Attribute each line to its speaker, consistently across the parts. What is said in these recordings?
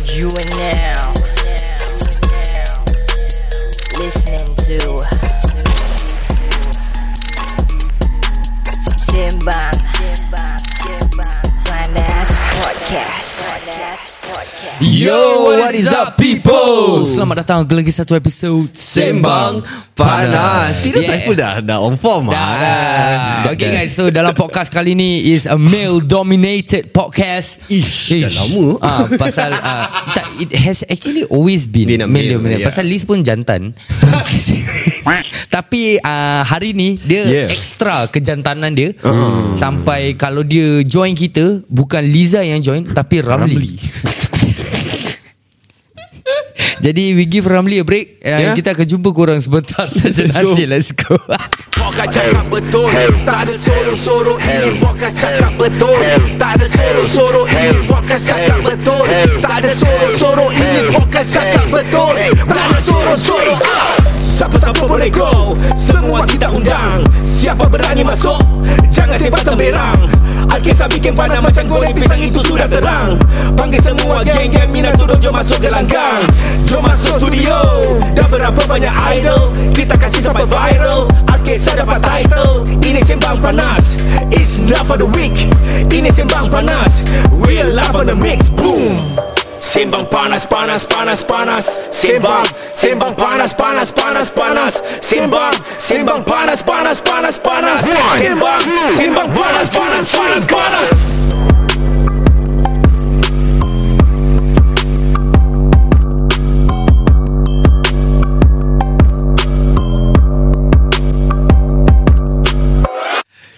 Speaker 1: You are now listening to Simbang Finance Podcast.
Speaker 2: Yo, what is up people?
Speaker 3: Selamat datang ke lagi satu episod
Speaker 2: Sembang Panas.
Speaker 4: Kita yeah. Saiful dah dah on form
Speaker 3: Dah,
Speaker 4: ah.
Speaker 3: dah. Okay guys, so dalam podcast kali ni is a male dominated podcast.
Speaker 4: Ish, dah lama.
Speaker 3: Ah, pasal ah, tak, it has actually always been,
Speaker 4: Been a
Speaker 3: male
Speaker 4: male,
Speaker 3: dominated.
Speaker 4: yeah.
Speaker 3: Pasal Liz pun jantan. Tapi ah, hari ni dia
Speaker 4: Yeah. Ah.
Speaker 3: extra kejantanan dia sampai kalau dia join kita bukan Liza yang join tapi Ramli. Jadi we give Ramli a break yeah.
Speaker 4: Yeah.
Speaker 3: Kita akan jumpa korang sebentar saja
Speaker 4: go.
Speaker 3: nanti Let's go
Speaker 5: Pokat cakap betul Tak ada sorok-sorok ini Pokat cakap betul Tak ada sorok-sorok ini Pokat cakap betul Tak ada sorok-sorok ini Pokat cakap betul Tak ada sorok-sorok ah! Siapa-siapa boleh go Semua kita undang Siapa berani masuk Jangan sebat temberang Alkisah bikin panas macam goreng pisang itu sudah terang Panggil semua geng-geng minat tu jom masuk ke langgang Jom masuk studio Dah berapa banyak idol Kita kasih sampai viral Alkisah dapat title Ini sembang panas It's love for the week Ini sembang panas Real love on the mix Boom Sembang panas, panas, panas, panas Sembang, sembang panas, panas, panas, panas Sembang, sembang panas, panas, panas, panas Sembang, sembang panas, panas, panas, panas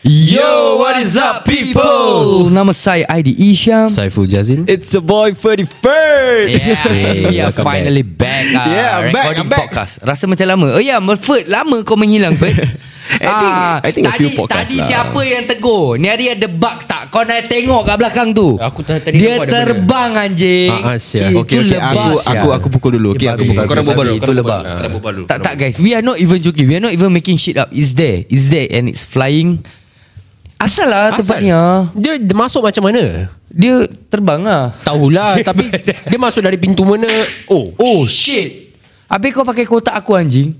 Speaker 3: Yo, what is up people? Nama saya Aidi Isham.
Speaker 6: Saiful Jazil
Speaker 2: It's a boy
Speaker 4: Eh,
Speaker 2: 31rd.
Speaker 3: Yeah, we are
Speaker 6: welcome
Speaker 3: finally back. back
Speaker 2: Yeah, I'm back,
Speaker 3: recording
Speaker 2: I'm back.
Speaker 3: podcast. Rasa macam lama. Oh ya, yeah, Ferd, lama kau menghilang, Ferd. Ah,
Speaker 2: I think- I think a
Speaker 3: tadi,
Speaker 2: few podcast
Speaker 3: Tadi
Speaker 2: lah.
Speaker 3: siapa yang tegur? Ni hari ada bug tak? Kau nak tengok kat belakang tu.
Speaker 6: Aku tadi- tadi
Speaker 3: Dia
Speaker 6: nampak ada
Speaker 3: terbang anjing.
Speaker 6: Ah, ah, sial.
Speaker 3: Itu
Speaker 4: Okey okey ya. aku,
Speaker 3: lebas,
Speaker 4: aku
Speaker 3: sial.
Speaker 4: aku pukul dulu. Okey aku
Speaker 6: baik.
Speaker 4: pukul.
Speaker 6: Kau orang berbual dulu,
Speaker 3: Itu
Speaker 6: kau orang
Speaker 3: lebak.
Speaker 6: berbual. Kau orang
Speaker 4: berbual dulu.
Speaker 3: Tak tak guys, we are not even joking. We are not even making shit up. It's there. It's there and it's flying. Asal lah tempat ni ah.
Speaker 6: Dia dia masuk macam mana?
Speaker 3: Dia terbang ah.
Speaker 6: Tahulah Tapi dia masuk dari pintu mana Oh
Speaker 3: Oh shit Habis kau pakai kotak aku anjing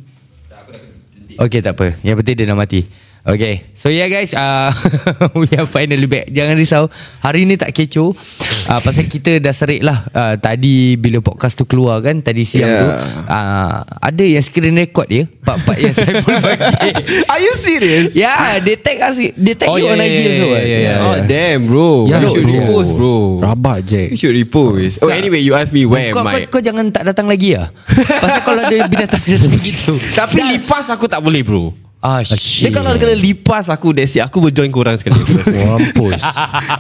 Speaker 3: Okay tak apa Yang penting dia dah mati Okay So yeah guys uh, We are finally back Jangan risau Hari ni tak kecoh uh, Pasal kita dah serik lah uh, Tadi bila podcast tu keluar kan Tadi siang yeah. tu uh, Ada yang screen record dia Part-part yang saya pun bagi
Speaker 4: Are you serious?
Speaker 3: Ya yeah, They tag us They tag
Speaker 6: Oh,
Speaker 3: you
Speaker 6: yeah,
Speaker 3: on
Speaker 6: yeah,
Speaker 3: IG
Speaker 6: yeah,
Speaker 3: also
Speaker 6: yeah, yeah, yeah.
Speaker 4: Oh damn bro.
Speaker 6: Ya,
Speaker 4: you should
Speaker 6: bro.
Speaker 4: repost bro.
Speaker 6: Rabak je
Speaker 4: You should repost. Oh anyway you ask me
Speaker 6: Eh,
Speaker 4: where
Speaker 3: kau,
Speaker 4: am
Speaker 3: kau,
Speaker 4: I?
Speaker 3: kau jangan tak datang lagi lah Pasal kalau ada binatang-binatang gitu
Speaker 4: Tapi lipas aku tak boleh bro.
Speaker 3: Ah
Speaker 4: Dia
Speaker 3: shit
Speaker 4: kalau kena lipas aku That's it Aku berjoin korang sekali aku rasa.
Speaker 6: Mampus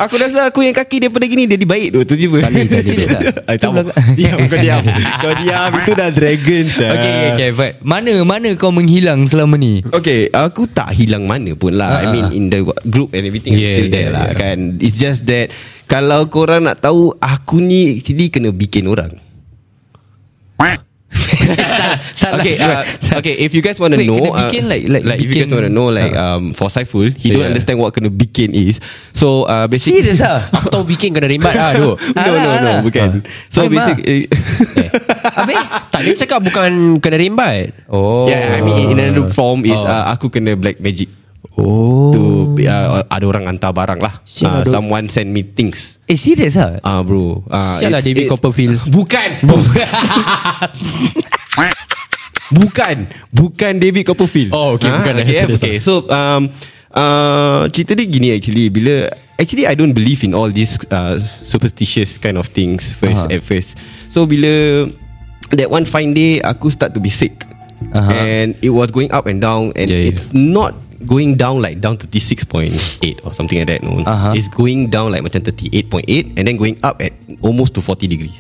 Speaker 4: Aku rasa aku yang kaki daripada gini Dia baik tu tiba-tiba
Speaker 3: Tali, tali. Serius tak?
Speaker 4: Ah, Tak mau Diam kau diam Kau diam Itu dah dragon sah.
Speaker 3: Okay, okay, okay. Fad. Mana, mana kau menghilang selama ni?
Speaker 4: Okay Aku tak hilang mana pun lah uh, I
Speaker 3: Ah,
Speaker 4: mean
Speaker 3: ah.
Speaker 4: in the group and everything yeah, I'm
Speaker 6: Yeah,
Speaker 4: still there
Speaker 6: yeah,
Speaker 4: lah
Speaker 6: yeah.
Speaker 4: kan It's just that Kalau korang nak tahu Aku ni actually kena bikin orang
Speaker 3: salah, salah.
Speaker 4: Okay uh, Okay if you guys want to
Speaker 3: lah. Wait,
Speaker 4: know
Speaker 3: kena
Speaker 4: uh,
Speaker 3: bikin like- like
Speaker 4: like If you
Speaker 3: bikin-
Speaker 4: guys want to know Like um, for Saiful He
Speaker 6: Yeah.
Speaker 4: don't understand what kena bikin is So uh, basically
Speaker 3: Serius lah?
Speaker 6: Aku tahu bikin kena rembat
Speaker 3: ah,
Speaker 6: lah tu
Speaker 4: No no
Speaker 3: Alah,
Speaker 4: no
Speaker 3: alah.
Speaker 4: Bukan So eh,
Speaker 3: Fahim lah.
Speaker 4: basically
Speaker 3: Habis?
Speaker 6: Tak dia cakap bukan kena rembat
Speaker 3: Oh.
Speaker 4: Yeah, I mean in another form is uh, aku kena black magic.
Speaker 6: Oh
Speaker 4: Tu uh, ada orang hantar barang lah. Uh, someone send me things.
Speaker 3: Eh, serius lah?
Speaker 4: Ah uh, bro. Uh,
Speaker 6: Sial lah
Speaker 4: it's-
Speaker 6: David
Speaker 4: it's-
Speaker 6: Copperfield
Speaker 4: Bukan. bukan. Bukan David Copperfield.
Speaker 6: Oh, okay,
Speaker 4: Ah,
Speaker 6: bukan.
Speaker 4: Okay,
Speaker 6: Sorry,
Speaker 4: okay. So um uh, cerita dia gini actually bila Actually I don't believe in all these uh, superstitious kind of things first uh-huh. at first. So bila that one fine day aku start to be sick. Uh-huh. And it was going up and down and
Speaker 6: Yeah, yeah.
Speaker 4: it's not going down like down 36.8 or something like that no.
Speaker 3: Uh-huh.
Speaker 4: It's going down like macam 38.8 and then going up at almost to 40 degrees.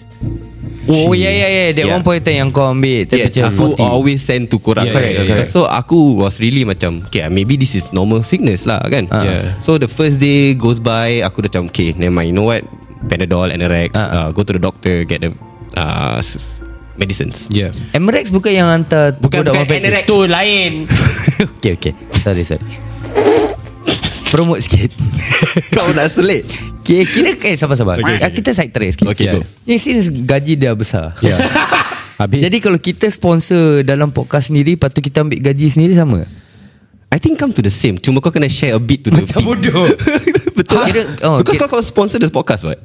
Speaker 3: Oh, yeah, yeah, yeah. ah, That
Speaker 4: Yeah.
Speaker 3: one point yang kau ambil.
Speaker 4: Yes,
Speaker 3: Temperature
Speaker 4: aku 40.
Speaker 3: 40.
Speaker 4: always send to korang.
Speaker 6: Yeah, correct,
Speaker 4: Yeah,
Speaker 6: correct.
Speaker 4: So aku was really macam okay, maybe this is normal sickness lah kan. Uh.
Speaker 6: Yeah.
Speaker 4: So the first day goes by, aku dah macam okay, never mind. You know what? Panadol, Anorex, uh. Uh, go to the doctor, get the uh, s- medicines.
Speaker 6: Yeah
Speaker 3: Emirates bukan yang hantar
Speaker 4: Bukan,
Speaker 3: produk
Speaker 4: bukan,
Speaker 3: mampet tu.
Speaker 4: Emirates.
Speaker 6: Tu lain
Speaker 3: okay, okay. Sorry, sorry. Promote sikit.
Speaker 4: Kau nak selit.
Speaker 3: Okay, kira eh sabar-sabar.
Speaker 4: Okay,
Speaker 3: Okay,
Speaker 4: okay,
Speaker 3: Kita side track sikit.
Speaker 4: Okay, go.
Speaker 3: Ini since gaji dia besar.
Speaker 6: Ya.
Speaker 3: Habis. Jadi kalau kita sponsor dalam podcast sendiri, lepas tu kita ambil gaji sendiri sama.
Speaker 4: I think come to the same Cuma kau kena share a bit to the big.
Speaker 3: bodoh.
Speaker 4: Betul
Speaker 3: Ah, kira- oh,
Speaker 4: Because
Speaker 3: kira-
Speaker 4: kau, kau sponsor the podcast what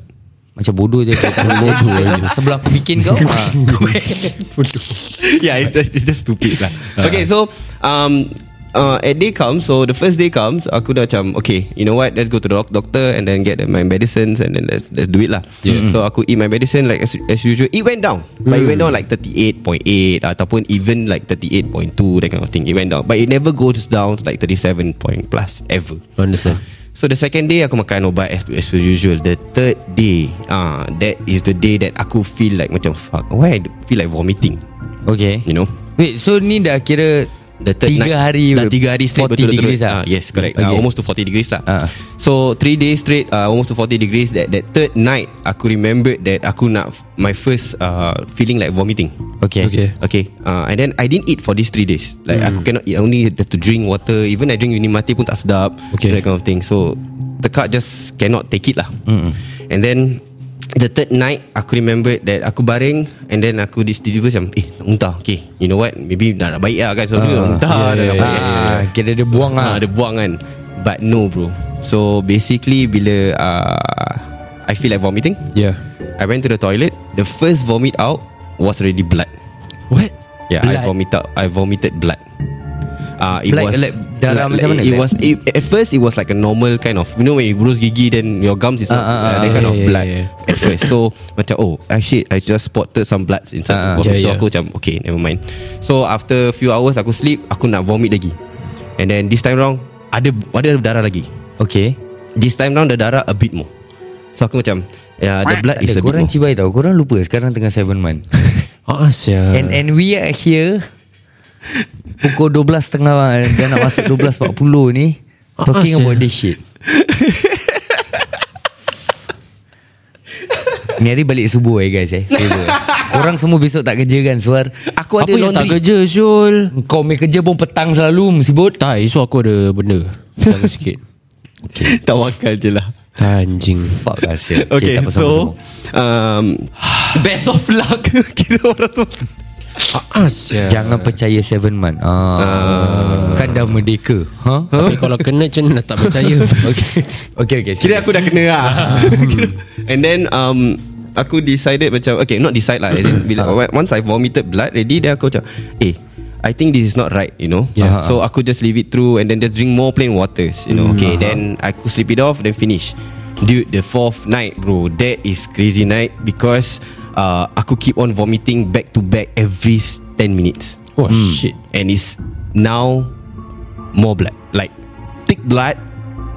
Speaker 3: Macam bodoh je kau. bodoh je. Sebelah aku bikin kau. ha.
Speaker 4: yeah, it's just, it's just stupid lah. Okay, so um, uh, at day comes, so the first day comes, aku dah macam okay, you know what? Let's go to the doc- doctor and then get my medicines and then let's let's do it lah. Yeah. So aku eat my medicine like as, as usual. It went down, but it went down like 38.8 ataupun even like 38.2 that kind of thing. It went down, but it never goes down to like 37 point plus ever.
Speaker 6: Understand.
Speaker 4: So the second day aku makan ubat as, as per usual The third day ah That is the day that aku feel like macam Fuck Why I feel like vomiting
Speaker 3: Okay.
Speaker 4: You know
Speaker 3: Wait, so ni dah kira
Speaker 4: The third
Speaker 3: tiga
Speaker 4: night-
Speaker 3: hari
Speaker 4: dah tiga hari
Speaker 3: 40
Speaker 4: straight betul
Speaker 3: degrees
Speaker 4: betul.
Speaker 3: lah.
Speaker 4: Ah, yes correct.
Speaker 3: Okay.
Speaker 4: Uh, almost to 40 degrees lah.
Speaker 3: Ah.
Speaker 4: So three days straight uh, almost to 40 degrees that that third night aku remembered that aku nak my first uh, feeling like vomiting.
Speaker 3: Okay.
Speaker 6: Okay.
Speaker 4: Okay uh, And then I didn't eat for these three days Like
Speaker 6: Hmm.
Speaker 4: aku cannot eat I only have to drink water Even I drink Unimati pun tak sedap
Speaker 6: Okay.
Speaker 4: That kind of thing So Tekak just cannot take it lah And then The third night Aku remembered that Aku baring And then aku this tiba macam Eh nak muntah Okay You know what Maybe dah nak baik lah kan So uh, nak muntah
Speaker 6: Ah.
Speaker 4: dah
Speaker 6: yeah,
Speaker 4: nak
Speaker 6: yeah,
Speaker 4: baik
Speaker 3: Ah, kira dia buang
Speaker 4: Ah,
Speaker 3: lah.
Speaker 4: dia buang kan But no bro So basically Bila uh, I feel like vomiting
Speaker 6: Yeah.
Speaker 4: I went to the toilet The first vomit out Was already blood
Speaker 6: What?
Speaker 4: Yeah,
Speaker 3: Blood.
Speaker 4: I vomited. I vomited blood. Uh, it
Speaker 3: Blood,
Speaker 4: was
Speaker 3: like, darah macam mana?
Speaker 4: It, it
Speaker 3: Like-
Speaker 4: was it, at first it was like a normal kind of you know when you bruise gigi then your gums is
Speaker 3: Ah,
Speaker 4: not
Speaker 3: ah, ah,
Speaker 4: uh, that
Speaker 3: yeah,
Speaker 4: kind of
Speaker 6: yeah,
Speaker 4: blood
Speaker 6: yeah,
Speaker 4: at first. So macam oh ah, shit I just spotted some bloods inside.
Speaker 3: Ah, ah,
Speaker 4: the vomit.
Speaker 6: yeah,
Speaker 4: so
Speaker 6: yeah.
Speaker 4: aku macam okay never mind. So after few hours aku sleep aku nak vomit lagi. And then this time round ada ada darah lagi.
Speaker 3: Okay.
Speaker 4: This time round the darah a bit more. So aku macam yeah, the blood
Speaker 3: Tak
Speaker 4: is
Speaker 3: ada,
Speaker 4: a bit
Speaker 3: korang
Speaker 4: more.
Speaker 3: cibai tau. Korang lupa sekarang tengah 7 month.
Speaker 6: Ah, sia.
Speaker 3: And and we are here Pukul 12 tengah ah, Dah nak masuk 12.40 ni Talking
Speaker 6: Ah,
Speaker 3: about
Speaker 6: sia.
Speaker 3: this shit Ni hari balik subuh eh guys eh Subuh. Korang semua besok tak kerja kan Suar
Speaker 4: Aku ada
Speaker 6: Apa yang tak
Speaker 4: laundry.
Speaker 6: kerja, Syul?
Speaker 3: Kau punya kerja pun petang selalu Musibut
Speaker 6: Tak, esok aku ada benda. Tunggu sikit.
Speaker 4: Tawakal je lah.
Speaker 6: Anjing.
Speaker 3: Fuck lah sia
Speaker 4: Okay,
Speaker 3: tak apa,
Speaker 4: so
Speaker 3: sama-sama.
Speaker 4: um, Best of luck Kira orang tu
Speaker 6: Ah, sia.
Speaker 3: Jangan percaya 7 month ah. Kan dah merdeka huh?
Speaker 6: Tapi kalau kena macam mana nak tak percaya Okay
Speaker 3: Okay okay
Speaker 4: Kira aku dah kena lah Kira- And then um, Aku decided macam Okay not decide lah as in, bila, Once I vomited blood ready Then aku macam Eh I think this is not right You know
Speaker 3: Yeah.
Speaker 4: So aku just leave it through And then just drink more plain waters You know Okay then Aku sleep it off Then finish Dude the fourth night bro That is crazy night Because uh, Aku keep on vomiting Back to back Every s- 10 minutes
Speaker 6: Oh hmm. shit
Speaker 4: and it's now more blood, like thick blood.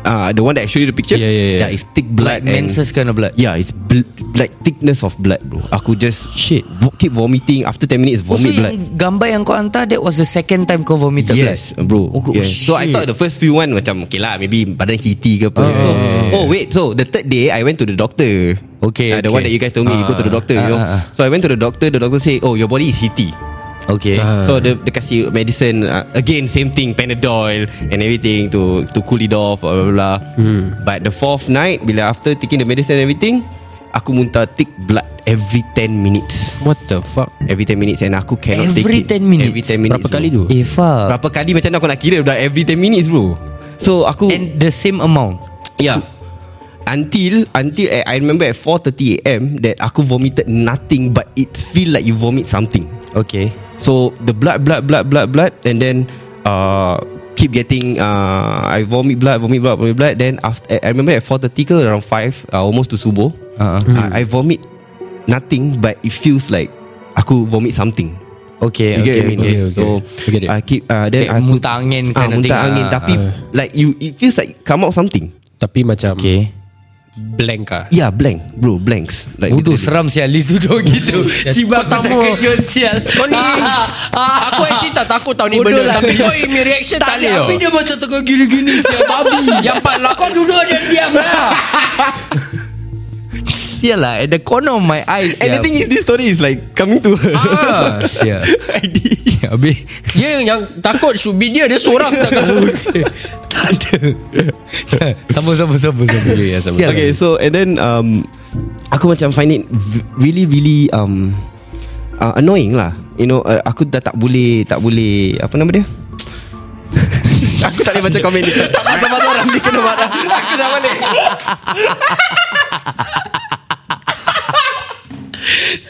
Speaker 4: Uh, the one that I showed you the picture,
Speaker 6: Yeah, yeah, yeah.
Speaker 4: that is thick
Speaker 3: Blood
Speaker 4: blood and
Speaker 3: menses kind of blood
Speaker 4: yeah, it's bl- like thickness of blood, bro. Aku just
Speaker 6: Shit.
Speaker 4: vo- keep vomiting after 10 minutes,
Speaker 3: Oh, so
Speaker 4: vomit blood.
Speaker 3: yang gambar yang kau hantar That was the second time kau vomited
Speaker 4: Yes,
Speaker 3: blood
Speaker 4: bro.
Speaker 3: Oh,
Speaker 4: yes. So I
Speaker 3: shit.
Speaker 4: thought the first few one macam okay lah, maybe badan hiti ke apa. so oh wait, so the third day I went to the doctor.
Speaker 3: Okay,
Speaker 4: Uh,
Speaker 3: okay.
Speaker 4: the one that you guys told me you go to the doctor, you know.
Speaker 3: Ah, ah, ah.
Speaker 4: So I went to the doctor. The doctor say, oh your body is hiti.
Speaker 3: Okay
Speaker 6: Ah.
Speaker 4: So dia, dia kasih medicine uh, Again same thing Panadol And everything To to cool it off Blah blah blah hmm. But the fourth night Bila after taking the medicine and everything Aku muntah thick blood Every 10 minutes
Speaker 6: What the fuck
Speaker 4: Every 10 minutes And aku cannot
Speaker 3: Every
Speaker 4: take
Speaker 3: 10
Speaker 4: it
Speaker 3: minutes?
Speaker 4: Every 10 minutes
Speaker 6: Berapa kali
Speaker 4: bro.
Speaker 6: tu
Speaker 3: Eh fuck
Speaker 4: Berapa kali macam mana aku nak kira dah Every 10 minutes bro So aku
Speaker 3: And the same amount
Speaker 4: Yeah Until Until I, I remember at 4.30 am That aku vomited nothing But it feel like you vomit something
Speaker 3: Okay
Speaker 4: So the blood, blood, blood, blood, blood, and then uh, keep getting uh, I vomit blood, vomit blood, vomit blood. Then after I remember at four thirty ke around five, uh, almost to subuh,
Speaker 3: Ah,
Speaker 4: uh,
Speaker 3: ah.
Speaker 4: I, I vomit nothing, but it feels like aku vomit something.
Speaker 3: Okay
Speaker 4: You
Speaker 3: okay,
Speaker 4: get what I
Speaker 3: okay,
Speaker 4: mean?
Speaker 6: okay,
Speaker 4: So
Speaker 6: okay. I get it.
Speaker 4: I keep uh, then
Speaker 3: Like
Speaker 4: aku
Speaker 3: muntah angin
Speaker 4: Ah,
Speaker 3: kind of
Speaker 4: muntah
Speaker 3: thing,
Speaker 4: angin,
Speaker 3: ah,
Speaker 4: tapi like you, it feels like come out something.
Speaker 6: Tapi macam
Speaker 3: Okay
Speaker 6: Blank lah
Speaker 4: Yeah, blank, bro, blanks. Like
Speaker 3: Uduh
Speaker 4: literally.
Speaker 3: seram sial Liz duduk gitu Ciba kau tak kejut sial
Speaker 6: Kau ni Aku actually tak takut tau ni
Speaker 3: lah.
Speaker 6: benda Tapi kau punya reaction tak ada
Speaker 3: Tapi dia macam tengah gini-gini sial Babi
Speaker 6: Yang part lah Kau duduk dan diam lah
Speaker 3: Sia lah At the corner of my eyes
Speaker 4: And the thing is This story is like Coming to her
Speaker 3: Ah Sia
Speaker 4: ID
Speaker 3: Habis Ya,
Speaker 6: Dia yang takut should be dia Dia seorang takkan
Speaker 3: Tak ada Sambung sambung sambung sambung ya, sambung.
Speaker 4: Okay so And then um, Aku macam find it v- Really really um, uh, Annoying lah You know uh, Aku dah tak boleh Tak boleh Apa nama dia Aku tak boleh baca komen ni Tak patah-patah orang ni kena marah Aku dah balik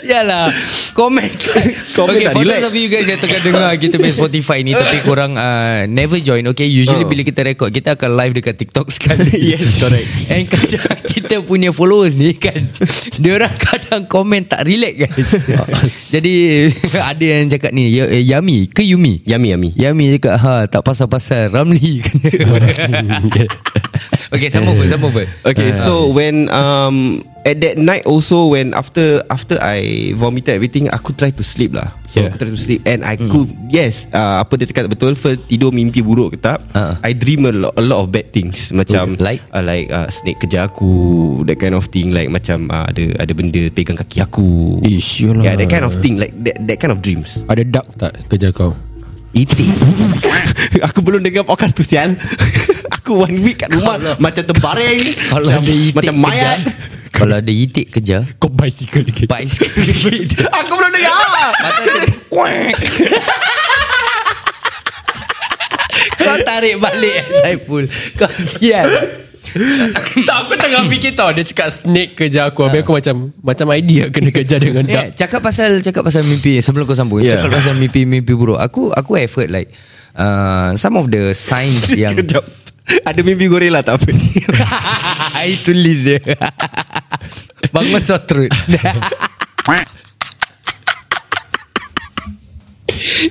Speaker 3: Yalah Comment
Speaker 4: Comment
Speaker 3: Okay
Speaker 4: tak
Speaker 3: for
Speaker 4: relax.
Speaker 3: those of you guys Yang tengah dengar Kita punya Spotify ni Tapi korang uh, Never join Okay usually bila kita record Kita akan live dekat TikTok sekali
Speaker 4: Oh. Yes correct
Speaker 3: And kadang kita punya followers ni kan Diorang kadang komen tak relate guys Jadi ada yang cakap ni "Ya- eh, Yami ke Yumi?
Speaker 4: Yummy yummy
Speaker 3: Yami cakap ha tak pasal-pasal Ramli kena Okay sambung first sambung first
Speaker 4: Okay, so when um at that night also when after after I vomited everything, aku try to sleep lah. So
Speaker 3: Yeah. Mm.
Speaker 4: yeah. aku try to sleep and I could yes uh, apa dia cakap betul Fer tidur mimpi buruk ke tak?
Speaker 3: Ah.
Speaker 4: I dream a lot, a lot of bad things macam
Speaker 3: Okay. Like?
Speaker 4: uh, like uh, snake kejar aku that kind of thing like macam uh, ada ada benda pegang kaki aku.
Speaker 6: Ish, yolah.
Speaker 4: yeah, that kind of thing like that that kind of dreams.
Speaker 6: Ada duck tak kerja kau
Speaker 4: Itik Aku belum dengar podcast tu Sial Aku one week kat rumah Macam terbaring
Speaker 3: Kalau
Speaker 4: macam,
Speaker 3: ada itik
Speaker 4: macam mayat
Speaker 3: Kalau ada itik kerja
Speaker 6: Kau bicycle lagi
Speaker 3: Bicycle kerja
Speaker 4: Aku belum dengar
Speaker 3: Mata tu Kuak Kau tarik balik Saiful Kau sial
Speaker 6: Tak aku tengah fikir tau Dia cakap snake kerja aku Habis aku macam Macam idea kena kerja dengan
Speaker 3: Eh,
Speaker 6: duck
Speaker 3: cakap pasal cakap pasal mimpi sebelum kau sambung. Yeah.
Speaker 6: Ya.
Speaker 4: Yeah.
Speaker 3: Cakap pasal mimpi-mimpi buruk. Aku aku have heard like uh, some of the signs yang
Speaker 4: Kejap Ada mimpi gorila tak apa
Speaker 3: itu list je. Bangun sotrut.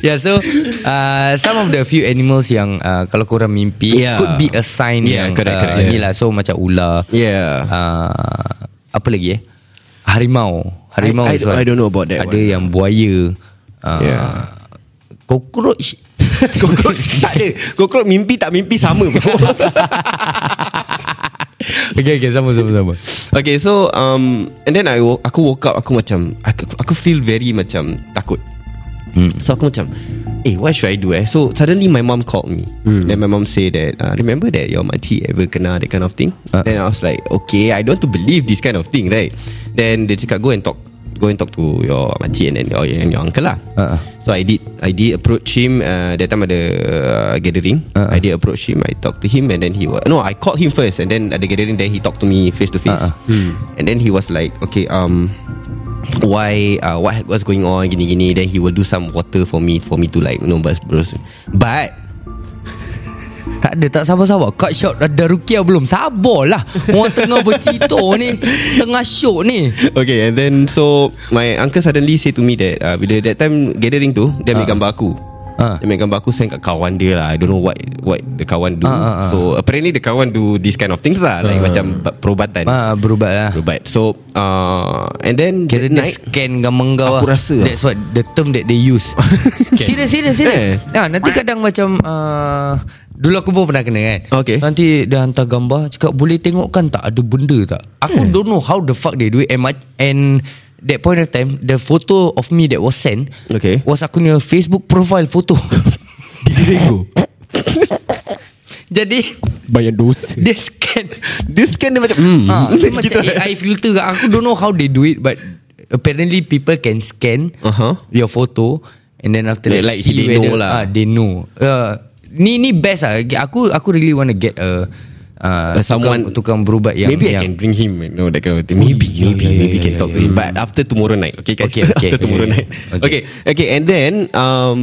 Speaker 3: Yeah, so uh, some of the few animals yang uh, kalau korang mimpi yeah.
Speaker 4: Yeah.
Speaker 3: could be a sign
Speaker 4: Yeah,
Speaker 3: yang
Speaker 4: correct,
Speaker 3: uh,
Speaker 4: correct, yeah.
Speaker 3: ni lah. So macam ular.
Speaker 4: Yeah
Speaker 3: uh, apa lagi eh? Harimau. Harimau
Speaker 4: I- I
Speaker 3: is one.
Speaker 4: don't- I don't know about that
Speaker 3: Ada
Speaker 4: one.
Speaker 3: yang buaya. Uh,
Speaker 4: Yeah.
Speaker 3: Cockroach.
Speaker 4: Kokrok tak ada Kokrok mimpi tak mimpi sama bro
Speaker 3: okay, okay, sama sama sama.
Speaker 4: Okay so um, And then I wo- Aku woke up Aku macam Aku, aku feel very macam Takut hmm. So aku macam Eh what should I do eh So suddenly my mom called me hmm. Then my mom say that uh, Remember that your makcik ever kena That kind of thing uh. Then I was like Okay I don't want to believe This kind of thing right Then dia cakap Go and talk Go and talk to your makcik And then your, and your uncle lah
Speaker 3: Uh-uh.
Speaker 4: So I did I did approach him uh, That time ada uh, gathering
Speaker 3: Uh-uh.
Speaker 4: uh-uh. I did approach him I talked to him And then he was No I called him first And then at the gathering Then he talked to me face to face
Speaker 3: Uh-uh.
Speaker 4: And then he was like Okay um Why uh, What what's going on Gini gini Then he will do some water for me For me to like You know bros, bros. But
Speaker 3: Tak ada tak sabar-sabar Cut shot dah, dah rukia belum Sabarlah Orang tengah bercerita ni Tengah syok ni
Speaker 4: Okay and then So My uncle suddenly say to me that uh, Bila that time Gathering tu Dia ambil gambar aku
Speaker 3: Ah.
Speaker 4: Dia ambil gambar aku Send kat kawan dia lah I don't know what What the kawan do
Speaker 3: Ah, ah, ah.
Speaker 4: So apparently the kawan do This kind of things lah Like macam Perubatan
Speaker 3: ha, Berubat lah
Speaker 4: Berubat So uh, And then
Speaker 3: Kira
Speaker 4: that
Speaker 3: dia
Speaker 4: night-
Speaker 3: scan gambar kau
Speaker 4: Aku
Speaker 3: lah.
Speaker 4: rasa lah.
Speaker 3: That's what The term that they use Serius serius serius eh.
Speaker 4: Eh.
Speaker 3: Nanti kadang macam uh, Dulu aku pun pernah kena kan
Speaker 4: Okay.
Speaker 3: Nanti dia hantar gambar Cakap boleh tengokkan tak Ada benda tak Aku
Speaker 4: Hmm.
Speaker 3: don't know how the fuck they do it And, much, and that point of time The photo of me that was sent
Speaker 4: Okay.
Speaker 3: Was aku punya Facebook profile photo Jadi
Speaker 6: Bayar dosa
Speaker 3: Dia scan
Speaker 4: Dia scan dia macam hmm.
Speaker 3: Ah, dia macam AI filter kat aku don't know how they do it but apparently people can scan
Speaker 4: Uh-huh.
Speaker 3: your photo and then after that
Speaker 4: Like, like
Speaker 3: see
Speaker 4: they
Speaker 3: whether
Speaker 4: know
Speaker 3: ah,
Speaker 4: lah.
Speaker 3: they know. Uh, ni ni best ah. Aku aku really want to get a uh,
Speaker 4: Uh,
Speaker 3: tukang,
Speaker 4: someone
Speaker 3: tukang berubat yang
Speaker 4: Maybe
Speaker 3: yang Oh, ya,
Speaker 4: I can bring him you know, that kind of thing. Maybe
Speaker 3: yeah,
Speaker 4: Maybe
Speaker 3: yeah,
Speaker 4: Maybe
Speaker 3: yeah,
Speaker 4: can
Speaker 3: yeah,
Speaker 4: talk
Speaker 3: yeah.
Speaker 4: to him But after tomorrow night Okay guys
Speaker 3: ya. Okay, okay,
Speaker 4: After
Speaker 3: okay,
Speaker 4: tomorrow
Speaker 3: yeah,
Speaker 4: night
Speaker 3: yeah. Okay.
Speaker 4: okay. okay And then um,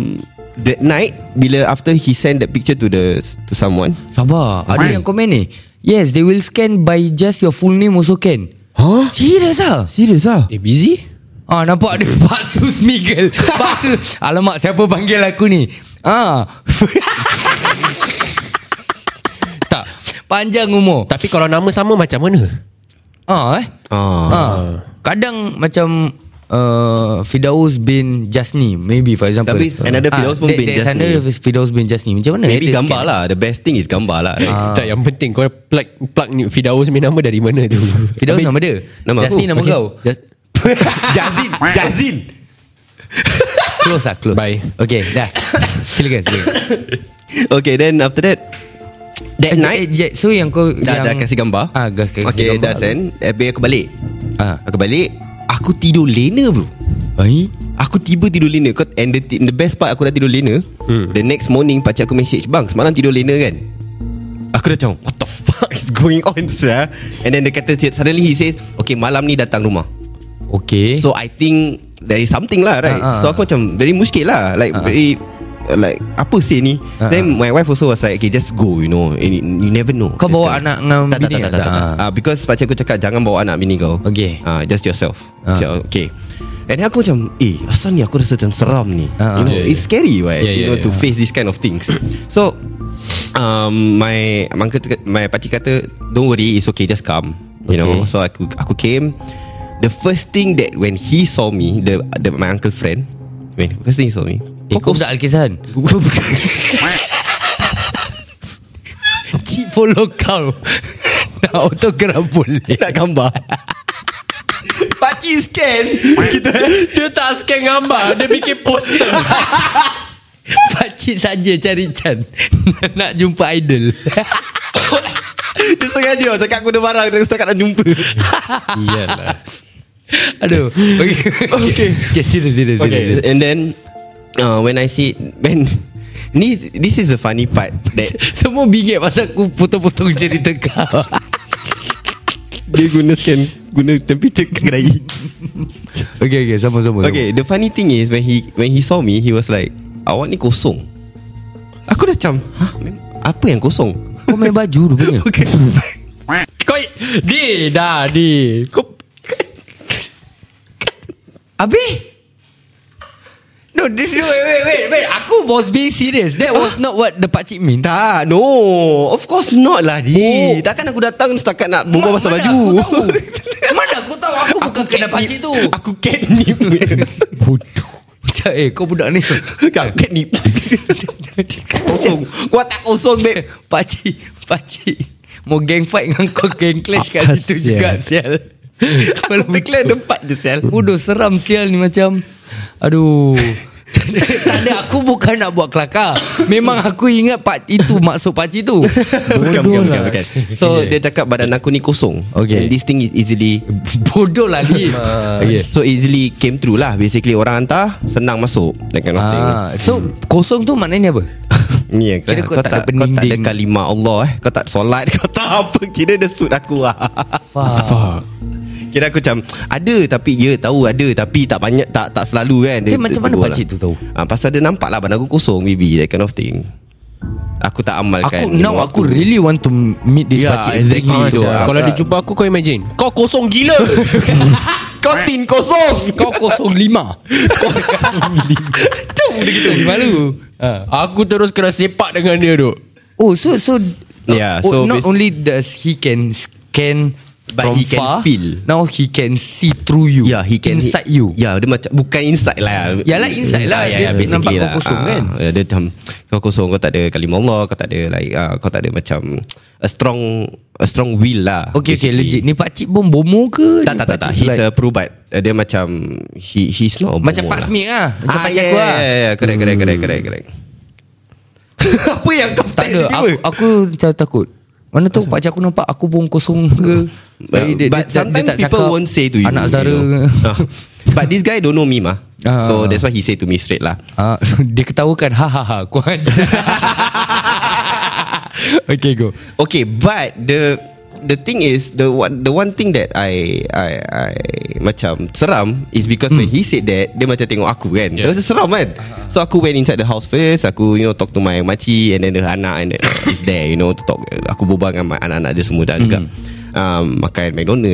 Speaker 4: That night Bila after he send that picture to the To someone
Speaker 3: Sabar Ada yang komen ni Yes they will scan by just your full name also can
Speaker 4: Huh?
Speaker 3: Serious ah?
Speaker 4: Serious lah
Speaker 6: Eh busy
Speaker 3: Ah nampak ada Pak Sus Miguel Pak Sus Alamak siapa panggil aku ni Ah
Speaker 6: Tak
Speaker 3: Panjang umur
Speaker 6: Tapi kalau nama sama macam mana
Speaker 3: Ah eh
Speaker 4: Ah.
Speaker 3: Ah. Kadang macam uh, Fidaus bin Jasni Maybe for example Ah.
Speaker 4: Tapi another Firdaus pun
Speaker 3: that-
Speaker 4: bin
Speaker 3: that's
Speaker 4: Jasni.
Speaker 3: another Fidaus bin Jasni Macam mana
Speaker 4: Maybe
Speaker 3: dia
Speaker 4: gambar
Speaker 3: scan?
Speaker 4: lah The best thing is gambar lah right?
Speaker 6: Eh,
Speaker 3: Ah.
Speaker 6: Tak yang penting Kau plug plug ni Fidaus punya nama dari mana tu
Speaker 3: Fidaus nama dia
Speaker 4: Nama
Speaker 3: Jasni
Speaker 4: aku.
Speaker 3: nama
Speaker 6: Okay,
Speaker 3: kau
Speaker 6: just,
Speaker 4: Jazin Jazin
Speaker 3: Close lah close
Speaker 6: Bye.
Speaker 3: Okay dah Silakan silakan
Speaker 4: Okay then after that That
Speaker 3: Eh,
Speaker 4: night
Speaker 3: eh, je- So yang kau
Speaker 4: Dah,
Speaker 3: yang,
Speaker 4: dah kasih gambar
Speaker 3: ah, dah kasih
Speaker 4: Okay
Speaker 3: gambar.
Speaker 4: dah send Habis aku balik
Speaker 3: Ah.
Speaker 4: Aku balik Aku tidur lena bro
Speaker 3: Hai
Speaker 4: Aku tiba tidur lena Kau- And the, the best part Aku dah tidur lena The next morning Pakcik aku message Bang semalam tidur lena kan Aku dah macam What the fuck is going on sir And then dia kata Suddenly he says Okay malam ni datang rumah
Speaker 3: Okay
Speaker 4: So I think There is something lah right
Speaker 3: Ah, ah.
Speaker 4: uh, uh. So aku macam Very muskil lah Like
Speaker 3: Uh-huh.
Speaker 4: uh, very uh, Like Apa sih ni uh,
Speaker 3: Ah,
Speaker 4: Then my wife also was like Okay just go you know and You never know
Speaker 3: Kau
Speaker 4: This
Speaker 3: bawa
Speaker 4: kind.
Speaker 3: anak dengan
Speaker 4: tak, tak,
Speaker 3: bini
Speaker 4: tak, tak, tak,
Speaker 3: tak?
Speaker 4: tak, tak.
Speaker 3: Ah.
Speaker 4: Uh, Because pakcik aku cakap Jangan bawa anak bini kau
Speaker 3: Okay.
Speaker 4: uh, Just yourself
Speaker 3: Ah.
Speaker 4: uh. Okay And then aku macam Eh asal ni aku rasa macam seram ni
Speaker 3: Ah,
Speaker 4: You know
Speaker 6: ah. Yeah,
Speaker 4: It's scary right
Speaker 6: Yeah,
Speaker 4: You
Speaker 6: yeah,
Speaker 4: know to
Speaker 6: yeah.
Speaker 4: face this kind of things So um, My mangka, My pakcik kata Don't worry it's okay just come You know
Speaker 3: Okay.
Speaker 4: So aku aku came. The first thing that when he saw me, the, the my uncle friend, when first thing he saw me,
Speaker 3: Eh kau budak Al-Kisan Cik follow kau Nak autograf boleh
Speaker 4: nak gambar. Pakcik scan Kita
Speaker 6: Dia tak scan gambar Dia bikin poster
Speaker 3: Pakcik saja cari Chan Nak jumpa idol
Speaker 4: Dia sengaja Cakap aku ada barang Dia setakat nak jumpa
Speaker 6: Iyalah
Speaker 3: Aduh Okay Okay, okay serious, serious, serious.
Speaker 4: And then uh, When I see When Ni This is the funny part That
Speaker 3: Semua bingit pasal aku potong-potong cerita kau
Speaker 4: Dia guna scan Guna temperature kedai
Speaker 3: Okay okay sama-sama
Speaker 4: Okay the funny thing is When he When he saw me He was like Awak ni kosong Aku dah macam Hah mem- Apa yang kosong
Speaker 3: sama. Kau main baju rupanya
Speaker 4: Okay
Speaker 6: Kau Di dah Di Kau
Speaker 3: Abi No, this, no, wait, wait, wait, wait. Aku was being serious. That was not what the pakcik mean.
Speaker 4: Tak No Of course not lah Di
Speaker 3: Oh.
Speaker 4: oh. Takkan aku datang Setakat nak
Speaker 3: Ma-
Speaker 4: berbual pasal
Speaker 3: mana
Speaker 4: baju
Speaker 3: Aku tahu. mana aku tahu aku bukan kena pakcik tu.
Speaker 4: Aku catnip
Speaker 3: Bodoh. Macam eh kau budak ni.
Speaker 4: Kau catnip Kosong Kau tak kosong babe
Speaker 3: pakcik, pakcik. Mau gang fight dengan kau gang clash kat
Speaker 6: Apa
Speaker 3: situ
Speaker 6: sial?
Speaker 3: juga sial.
Speaker 4: Aku declare tempat je sel
Speaker 3: Bodoh seram sial ni macam. Aduh. tak ada- tak ada aku bukan nak buat kelakar. Memang aku ingat pak itu maksud pakcik tu.
Speaker 4: Bukan,
Speaker 3: Bodoh
Speaker 4: bukan, bukan,
Speaker 3: lah.
Speaker 4: bukan. So dia cakap badan aku ni kosong
Speaker 3: Okay.
Speaker 4: And this thing is easily
Speaker 3: Bodoh lah ni okay.
Speaker 4: So easily came through lah Basically orang hantar Senang masuk That kind of thing
Speaker 3: ah, So kosong tu maknanya apa?
Speaker 4: Ni yang
Speaker 3: Kira
Speaker 4: kelas.
Speaker 3: kau
Speaker 4: Kau,
Speaker 3: tak
Speaker 4: tak,
Speaker 3: ada
Speaker 4: kau tak ada
Speaker 3: pendinding.
Speaker 4: kalimah Allah eh Kau tak solat Kau tak apa Kira dia suit aku lah
Speaker 3: Fuck
Speaker 4: Kira aku macam Ada tapi Ya tahu ada Tapi tak banyak Tak tak selalu kan
Speaker 3: Dia macam mana
Speaker 4: tegur
Speaker 3: pakcik tu tahu?
Speaker 4: ah, Pasal dia nampak lah Badan aku kosong Maybe that kind of thing Aku tak amalkan
Speaker 3: Aku
Speaker 4: you
Speaker 3: now
Speaker 4: know,
Speaker 3: aku really want to meet this
Speaker 4: Yeah,
Speaker 3: pakcik
Speaker 4: exactly.
Speaker 3: Ah,
Speaker 4: So,
Speaker 3: sial.
Speaker 4: aku-
Speaker 6: Kalau dia jumpa aku Kau imagine Kau kosong gila
Speaker 4: Kau tin kosong
Speaker 3: Kau kosong lima Kosong lima Jom dia kita Malu Ah.
Speaker 6: Aku terus kena sepak dengan dia duk
Speaker 3: Oh so so
Speaker 4: Yeah,
Speaker 3: oh,
Speaker 4: so
Speaker 3: Not
Speaker 4: bas-
Speaker 3: only does he can Scan
Speaker 4: But
Speaker 3: from
Speaker 4: he can
Speaker 3: far,
Speaker 4: feel.
Speaker 3: Now he can see through you
Speaker 4: Yeah he can
Speaker 3: Inside you
Speaker 4: Yeah dia macam Bukan inside lah
Speaker 3: Yalah, inside lah. Dia nampak
Speaker 4: basically
Speaker 3: kau kosong,
Speaker 4: Ah,
Speaker 3: kan?
Speaker 4: ya, Dia macam Kau kosong Kau tak ada kalimah Allah Kau tak ada like ah, Kau tak ada macam A strong A strong will lah
Speaker 3: Okay okay legit
Speaker 4: basically.
Speaker 3: Ni pakcik pun bomo ke
Speaker 4: Tak
Speaker 3: Ni
Speaker 4: tak tak, tak.
Speaker 3: pakcik
Speaker 4: He's
Speaker 3: like-
Speaker 4: a perubat Uh, Dia macam he, He's not a
Speaker 3: Macam
Speaker 4: bomoh
Speaker 3: Pak
Speaker 4: lah.
Speaker 3: Smith lah Macam
Speaker 4: ah,
Speaker 3: pakcik
Speaker 4: yeah,
Speaker 3: aku
Speaker 4: yeah,
Speaker 3: lah
Speaker 4: yeah, yeah. Correct correct correct correct correct Apa yang kau
Speaker 3: Tak ada
Speaker 4: style
Speaker 3: aku, aku macam takut Mana tahu pakcik aku nampak Aku pun kosong ke Tapi
Speaker 4: Ah, But, but sometimes people
Speaker 3: cakap
Speaker 4: won't say to you
Speaker 3: Anak Zara
Speaker 4: you know. Ah. But this guy don't know me mah
Speaker 3: Ah.
Speaker 4: So that's why he say to me straight lah
Speaker 3: Ah, Dia ketawakan ha, Hahaha Kau aja Okay go
Speaker 4: Okay, but the the thing is the one the one thing that I I I macam seram is because when
Speaker 6: Hmm.
Speaker 4: he said that dia macam tengok aku kan. Dia macam seram kan.
Speaker 6: Uh-huh.
Speaker 4: So aku went inside the house first, aku you know talk to my makcik and then the anak and then uh, is there you know to talk. Aku berbual dengan my anak-anak dia semua dah juga. Um, makan McDonald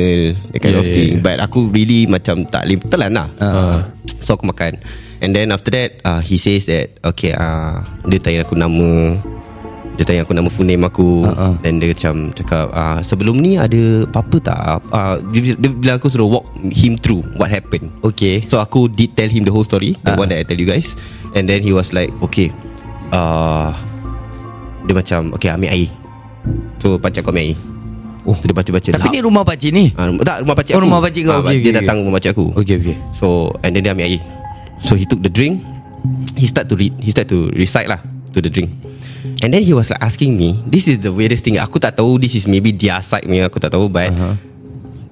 Speaker 4: That kind of
Speaker 6: Hmm. Yeah, yeah, Uh-huh.
Speaker 4: thing But aku really Macam tak lim Telan lah So aku makan And then after that uh, He says that Okay uh, Dia tanya aku nama Dia tanya aku nama full name aku
Speaker 3: Ah, ah.
Speaker 4: Dan dia macam Cakap ah, Sebelum ni ada Apa-apa tak ah, dia, dia, Bila aku suruh walk him through What happened
Speaker 3: Okay
Speaker 4: So aku did tell him the whole story The
Speaker 3: Ah.
Speaker 4: one that I tell you guys And then he was like Okay uh, Dia macam Okay ambil air So pakcik aku ambil air
Speaker 3: Oh.
Speaker 4: oh. Dia baca-baca
Speaker 3: Tapi
Speaker 4: lap.
Speaker 3: ni rumah pakcik ni
Speaker 4: Ah, rumah- tak rumah pakcik
Speaker 3: Oh,
Speaker 4: aku
Speaker 3: rumah pakcik kau.
Speaker 4: Ah,
Speaker 3: Okay,
Speaker 4: Dia
Speaker 3: okay,
Speaker 4: datang rumah pakcik aku
Speaker 3: Okay okay
Speaker 4: So And then dia ambil air So he took the drink He start to read He start to recite lah To the drink And then he was like asking me This is the weirdest thing Aku tak tahu This is maybe their side punya Aku tak tahu But uh-huh.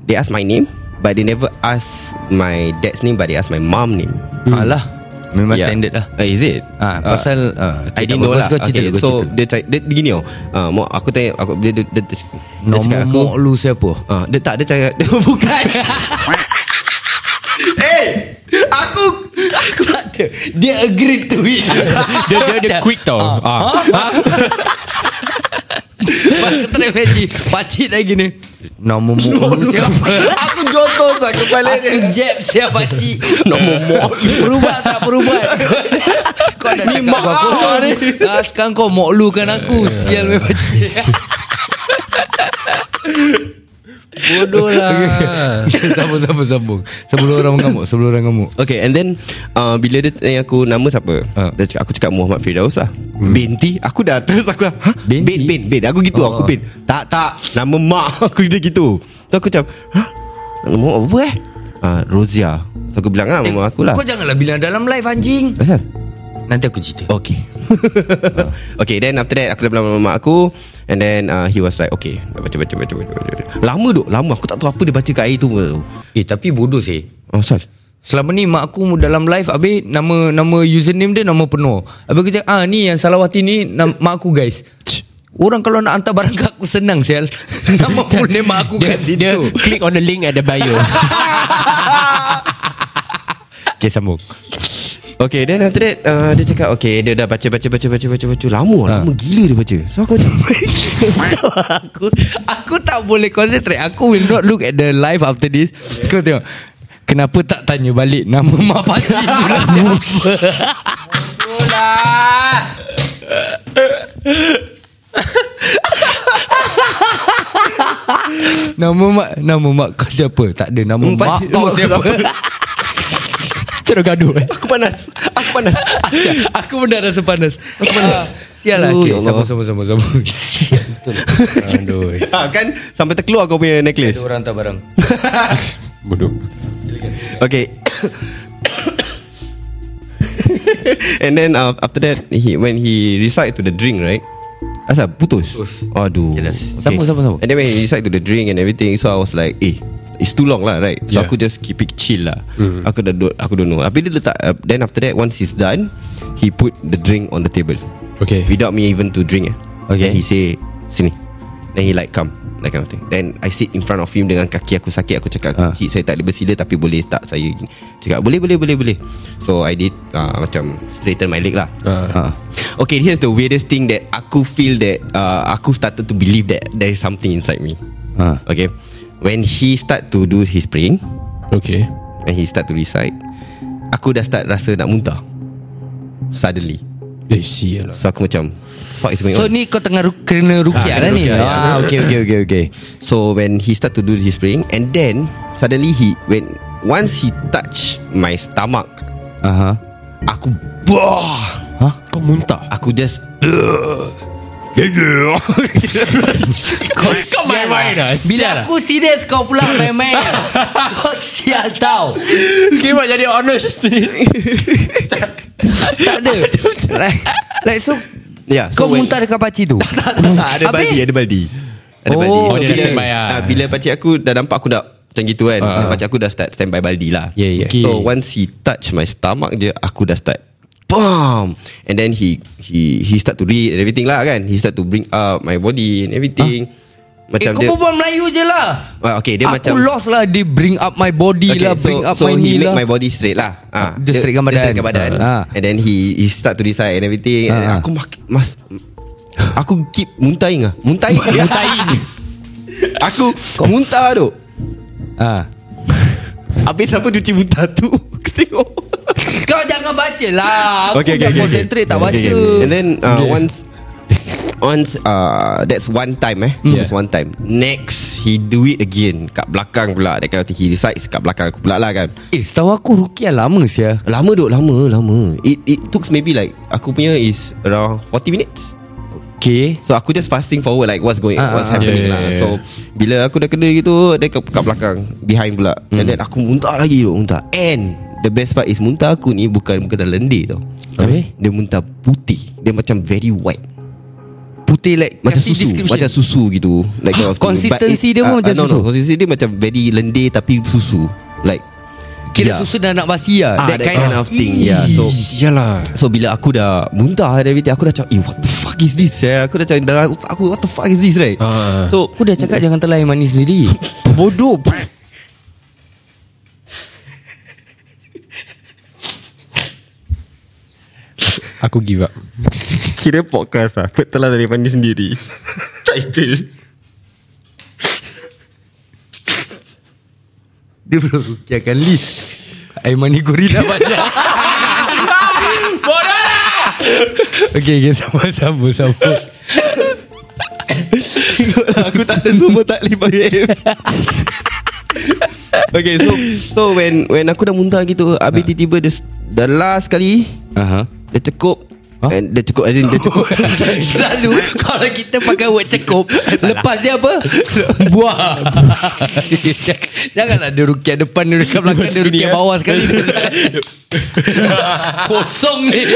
Speaker 4: They ask my name But they never ask My dad's name But they ask my mom name
Speaker 3: Alah Ah, lah. Memang
Speaker 4: Yeah.
Speaker 3: standard lah
Speaker 4: uh, Is it?
Speaker 3: Hmm. Ah, pasal, ah,
Speaker 4: uh,
Speaker 3: tak
Speaker 4: I
Speaker 3: apa.
Speaker 4: didn't know
Speaker 3: Kau
Speaker 4: lah
Speaker 3: suka cerita
Speaker 4: okay,
Speaker 3: dulu, kau
Speaker 4: So
Speaker 3: cerita.
Speaker 4: dia, cakap- dia gini tau uh, Mok, Aku tanya aku, Dia, dia, dia, dia, dia
Speaker 3: Nombor
Speaker 4: cakap aku
Speaker 3: mok lu siapa
Speaker 4: Ah, dia tak dia cakap bukan. hey, aku aku tak ada.
Speaker 3: Dia agree to it
Speaker 6: Dia dia, dia quick tau. Ah.
Speaker 3: Baru kena imagine Pakcik lagi ni Nama mok lu siapa
Speaker 4: aku jotos lah kepala
Speaker 3: Aku
Speaker 4: dia.
Speaker 3: jab siap pakcik Nombor mok Perubat tak perubat Kau dah cakap
Speaker 4: mak
Speaker 3: kau kosong ni ah, Sekarang kau mok lu kan aku Sial me pakcik Bodoh lah Sambung sambung sambung Sebelum orang mengamuk Sebelum orang mengamuk
Speaker 4: Okay and then uh, Bila dia tanya aku Nama siapa
Speaker 3: Ah.
Speaker 4: dia cakap, Aku cakap Muhammad Firdaus lah Binti Aku dah terus aku dah, Hah?
Speaker 3: Hmm. Binti?
Speaker 4: Bin Bin Bin Aku gitu
Speaker 3: Oh.
Speaker 4: aku Bin Tak tak Nama mak Aku dia gitu Tu aku macam Hah? Nama mak apa eh uh, Rozia So aku bilang lah Mama aku lah
Speaker 3: Kau janganlah bilang dalam live anjing
Speaker 4: Kenapa?
Speaker 3: Nanti aku cerita
Speaker 4: Okay Okay then after that Aku dah bilang dengan mak aku And then uh, He was like Okay dah baca, baca baca baca baca Lama duk Lama aku tak tahu apa Dia baca kat air tu
Speaker 3: Eh tapi bodoh sih
Speaker 4: Oh sorry
Speaker 3: Selama ni mak aku dalam live Habis nama nama username dia nama penuh Habis aku cakap Ah ni yang Salawati ni nam, Mak aku guys Orang kalau nak hantar barang ke aku senang sial Nama full name mak aku kat
Speaker 6: Dia, dia
Speaker 3: situ
Speaker 6: click on the link at the bio.
Speaker 3: Okay sambung
Speaker 4: Okay then after that uh, Dia cakap Okay dia dah baca baca baca baca baca baca Lama ha. Lama gila dia baca So aku macam
Speaker 3: aku aku tak boleh concentrate. Aku will not look at the live after this. Kau tengok. Kenapa tak tanya balik nama mak pakcik tu lah siapa? Bodoh lah. nama mak nama mak kau siapa? Tak ada nama
Speaker 4: Empat-
Speaker 3: mak kau
Speaker 4: mak
Speaker 3: siapa?
Speaker 4: kau
Speaker 6: Terus gaduh. eh.
Speaker 4: Aku panas Aku panas
Speaker 3: Aku pun dah rasa panas. Aku panas. Sial lah.
Speaker 4: Oh,
Speaker 3: Okay,
Speaker 4: ya Allah.
Speaker 3: sama sama sama sama. Sial betul. Aduh.
Speaker 4: ha, Kan sampai terkeluar kau punya
Speaker 3: Ada
Speaker 4: necklace
Speaker 3: orang hantar barang.
Speaker 6: Bodoh.
Speaker 4: Okay And then uh, after that he, When he recite to the drink right Asal putus
Speaker 3: Putus.
Speaker 4: Aduh okay.
Speaker 3: Sambung, sambung, sambung.
Speaker 4: And then when he recite to the drink and everything So I was like Eh It's too long lah right So
Speaker 6: Yeah.
Speaker 4: aku just keep it chill lah mm. Aku dah do, Aku don't know Tapi dia letak uh, Then after that Once he's done He put the drink on the table
Speaker 6: Okay.
Speaker 4: Without me even to drink eh.
Speaker 3: Okay.
Speaker 4: Then he say Sini Then he like come That kind of thing Then I sit in front of him Dengan kaki aku sakit Aku cakap
Speaker 3: Ah.
Speaker 4: uh. Saya tak ada bersila Tapi boleh tak saya gini Cakap boleh boleh boleh boleh So I did uh, Macam straighten my leg lah
Speaker 3: Ha.
Speaker 4: Okay here's the weirdest thing That aku feel that uh, Aku started to believe that There is something inside me
Speaker 3: Ah.
Speaker 4: Okay When he start to do his praying
Speaker 6: Okay.
Speaker 4: When he start to recite Aku dah start rasa nak muntah Suddenly
Speaker 6: Eh, sial lah.
Speaker 4: So aku macam What is going
Speaker 3: So
Speaker 4: on
Speaker 3: ni kau tengah ru- kena rukiat
Speaker 4: Ah,
Speaker 3: lah ni.
Speaker 4: kena rukiat,
Speaker 3: Ah, okay, okay, okay, okay.
Speaker 4: So when he start to do his praying And then Suddenly he When Once he touch My stomach
Speaker 3: Aha.
Speaker 4: Aku Wah
Speaker 6: Hah? Kau muntah?
Speaker 4: Aku just
Speaker 3: Kau,
Speaker 6: kau main-main lah.
Speaker 3: Bila
Speaker 6: Sial lah.
Speaker 3: aku serius kau pula main-main. kau sial tau.
Speaker 6: Okay, Mak jadi honest ni.
Speaker 3: Tak ada. like, like so
Speaker 4: Yeah,
Speaker 3: kau
Speaker 4: so when-
Speaker 3: muntah dekat pakcik tu.
Speaker 4: Tak ada
Speaker 3: Habis?
Speaker 4: baldi Ada baldi Ada
Speaker 3: Oh,
Speaker 4: baldi
Speaker 3: oh, dia
Speaker 6: dah standby lah.
Speaker 4: ah, Bila pakcik aku Dah nampak aku dah Macam gitu kan
Speaker 3: Ah,
Speaker 4: uh. Pakcik aku dah start Standby baldi lah
Speaker 6: Yeah, yeah.
Speaker 4: So
Speaker 6: Okay.
Speaker 4: once he touch my stomach je Aku dah start Bam And then he He he start to read and Everything lah kan He start to bring up My body and everything
Speaker 3: Eh,
Speaker 4: Macam
Speaker 3: kau
Speaker 4: dia
Speaker 3: berbual Melayu je lah.
Speaker 4: Ah, Okay dia
Speaker 3: aku
Speaker 4: macam
Speaker 3: lost lah. Dia bring up my body okay, lah.
Speaker 4: so,
Speaker 3: Bring up
Speaker 4: so
Speaker 3: my
Speaker 4: he
Speaker 3: knee
Speaker 4: make
Speaker 3: lah.
Speaker 4: my body straight lah ah,
Speaker 3: Dia straightkan
Speaker 4: Dia
Speaker 3: badan.
Speaker 4: straightkan badan
Speaker 3: Ah.
Speaker 4: And then he He start to decide and everything
Speaker 3: Ah.
Speaker 4: And Aku mak- mas Aku keep muntahin lah Muntahin Muntahin Aku muntah tu
Speaker 3: Ah.
Speaker 4: Habis siapa cuci muntah tu Aku tengok
Speaker 3: Kau jangan baca lah. Aku okay, dah okay, concentrate okay. tak baca.
Speaker 4: And then uh, okay. once Once uh, That's one time eh
Speaker 3: Mm.
Speaker 6: Yeah.
Speaker 4: yeah. That's one time Next He do it again Kat belakang pula That kind of thing He decides Kat belakang aku pula lah kan
Speaker 3: Eh setahu aku Rukiah lama sia
Speaker 4: Lama duk lama Lama It it took maybe like Aku punya is Around 40 minutes
Speaker 3: Okay
Speaker 4: So aku just fasting forward Like what's going
Speaker 3: Ah,
Speaker 4: What's
Speaker 3: ah,
Speaker 4: happening
Speaker 6: yeah,
Speaker 4: yeah,
Speaker 6: yeah,
Speaker 4: yeah, lah So Bila aku dah kena gitu Dia kat, kat belakang Behind pula mm.
Speaker 3: Hmm.
Speaker 4: And then aku muntah lagi duk Muntah And The best part is Muntah aku ni Bukan bukan dah lendir tau
Speaker 3: Habis?
Speaker 4: Dia muntah putih Dia macam very white
Speaker 3: Putih like
Speaker 4: macam
Speaker 3: Kasih
Speaker 4: susu
Speaker 3: description.
Speaker 4: Macam susu gitu like kind of thing.
Speaker 3: Consistency
Speaker 4: But
Speaker 3: dia pun
Speaker 4: ah,
Speaker 3: macam
Speaker 4: ah, no,
Speaker 3: susu?
Speaker 4: no. Consistency dia macam Very lendir Tapi susu Like
Speaker 3: Kira
Speaker 4: yeah.
Speaker 3: susu dah nak basi lah
Speaker 4: Ya. Ah, that kind of thing, yeah. So-
Speaker 6: Yalah
Speaker 4: So bila aku dah muntah and everything Aku dah macam Eh what the fuck is this eh? Aku dah macam dalam otak aku What the fuck is this right
Speaker 6: Ah.
Speaker 4: So
Speaker 3: Aku dah cakap jangan telan air mani sendiri Bodoh
Speaker 6: Aku give up
Speaker 4: Kira podcast lah Pertelan dari mandi sendiri Title
Speaker 3: Dia belum rukiahkan list Air mani gorila banyak Bodoh lah Okay, okay sama, sama, sama
Speaker 4: Aku tak ada semua taklif Habib Okay so So when When aku dah muntah gitu Habis tiba-tiba dia, s- The last kali
Speaker 3: Aha.
Speaker 4: Dia cekup
Speaker 3: Huh?
Speaker 4: And dia cekup As in dia cekup
Speaker 3: Selalu Kalau kita pakai word cekup Lepas dia apa Buah Janganlah dia rukiah depan Dia rukiah belakang Dia rukiah bawah sekali Kosong ni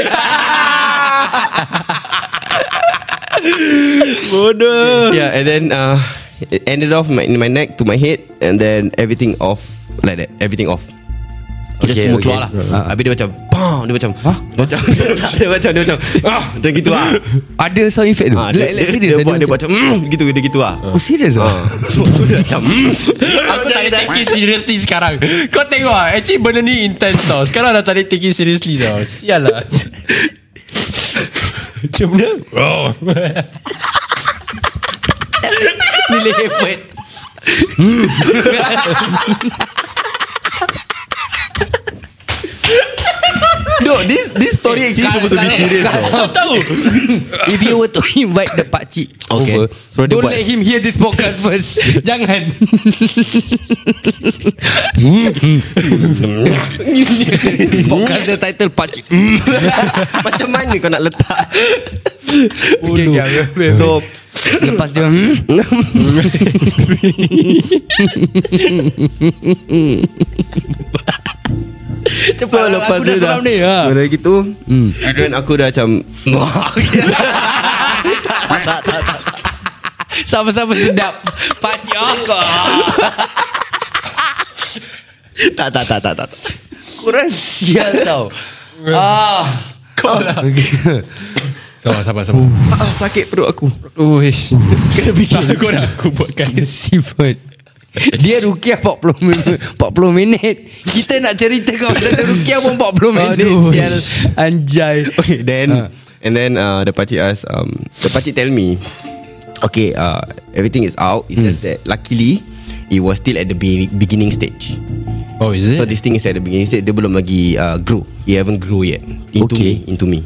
Speaker 4: Yeah and then uh, It ended off my, in my neck To my head And then everything off Like that Everything off Kira
Speaker 3: Okay,
Speaker 4: okay, semua
Speaker 3: okay.
Speaker 4: okay. keluar lah
Speaker 3: Ah.
Speaker 4: Habis dia macam Bang Dia macam Hah? Macam Dia macam Dia macam ah, Macam gitu lah
Speaker 3: Ada sound effect tu
Speaker 4: Ah, dia,
Speaker 3: Like- like
Speaker 4: dia,
Speaker 3: serious,
Speaker 4: dia, buat, dia
Speaker 3: macam-
Speaker 4: buat macam mm, Gitu dia gitu lah
Speaker 3: Oh serious
Speaker 4: Ah.
Speaker 3: lah
Speaker 4: So aku dah macam mm.
Speaker 6: Aku tak boleh take it seriously sekarang Kau tengok lah Actually benda ni intense tau Sekarang dah tak boleh take it seriously tau Sial lah Macam mana? Wow.
Speaker 3: Ni leopard
Speaker 4: No this this story actually
Speaker 3: Kalau-
Speaker 4: supposed to be
Speaker 3: kalau-
Speaker 4: serious eh.
Speaker 3: kalau-
Speaker 4: tau.
Speaker 6: Tahu
Speaker 3: If you were to invite the pakcik over
Speaker 4: Okay. So, dia
Speaker 3: Don't
Speaker 4: buat-
Speaker 3: let him hear this podcast first Jangan Podcast the title Pakcik
Speaker 4: Macam mana kau nak letak
Speaker 3: okay, okay.
Speaker 4: So
Speaker 3: Lepas dia hmm?
Speaker 4: So
Speaker 3: Cepat
Speaker 4: lepas
Speaker 3: aku
Speaker 4: tu
Speaker 3: dah
Speaker 4: dah ah.
Speaker 3: seram ni ha.
Speaker 4: Dah gitu And then aku dah macam
Speaker 3: Sama-sama sedap oh, Pakcik aku
Speaker 4: Tak tak tak tak tak tak.
Speaker 3: Kurang sial tau Ah, Kau lah
Speaker 6: Sabar sabar sabar
Speaker 4: Ah, Sakit perut aku
Speaker 6: Uish Kena fikir Kau nak aku buatkan
Speaker 3: Sifat Dia rukiah 40 minit 40 minit Kita nak cerita kau pasal dia rukiah pun 40 minit
Speaker 6: Aduh.
Speaker 3: Sial Anjay
Speaker 4: Okay then And then uh, The pakcik ask um, The pakcik tell me Okay uh, Everything is out It's just that Luckily It was still at the be- beginning stage
Speaker 6: Oh is it?
Speaker 4: So this thing is at the beginning stage Dia belum lagi uh, grow It haven't grow yet Into
Speaker 3: Okay.
Speaker 4: me Into me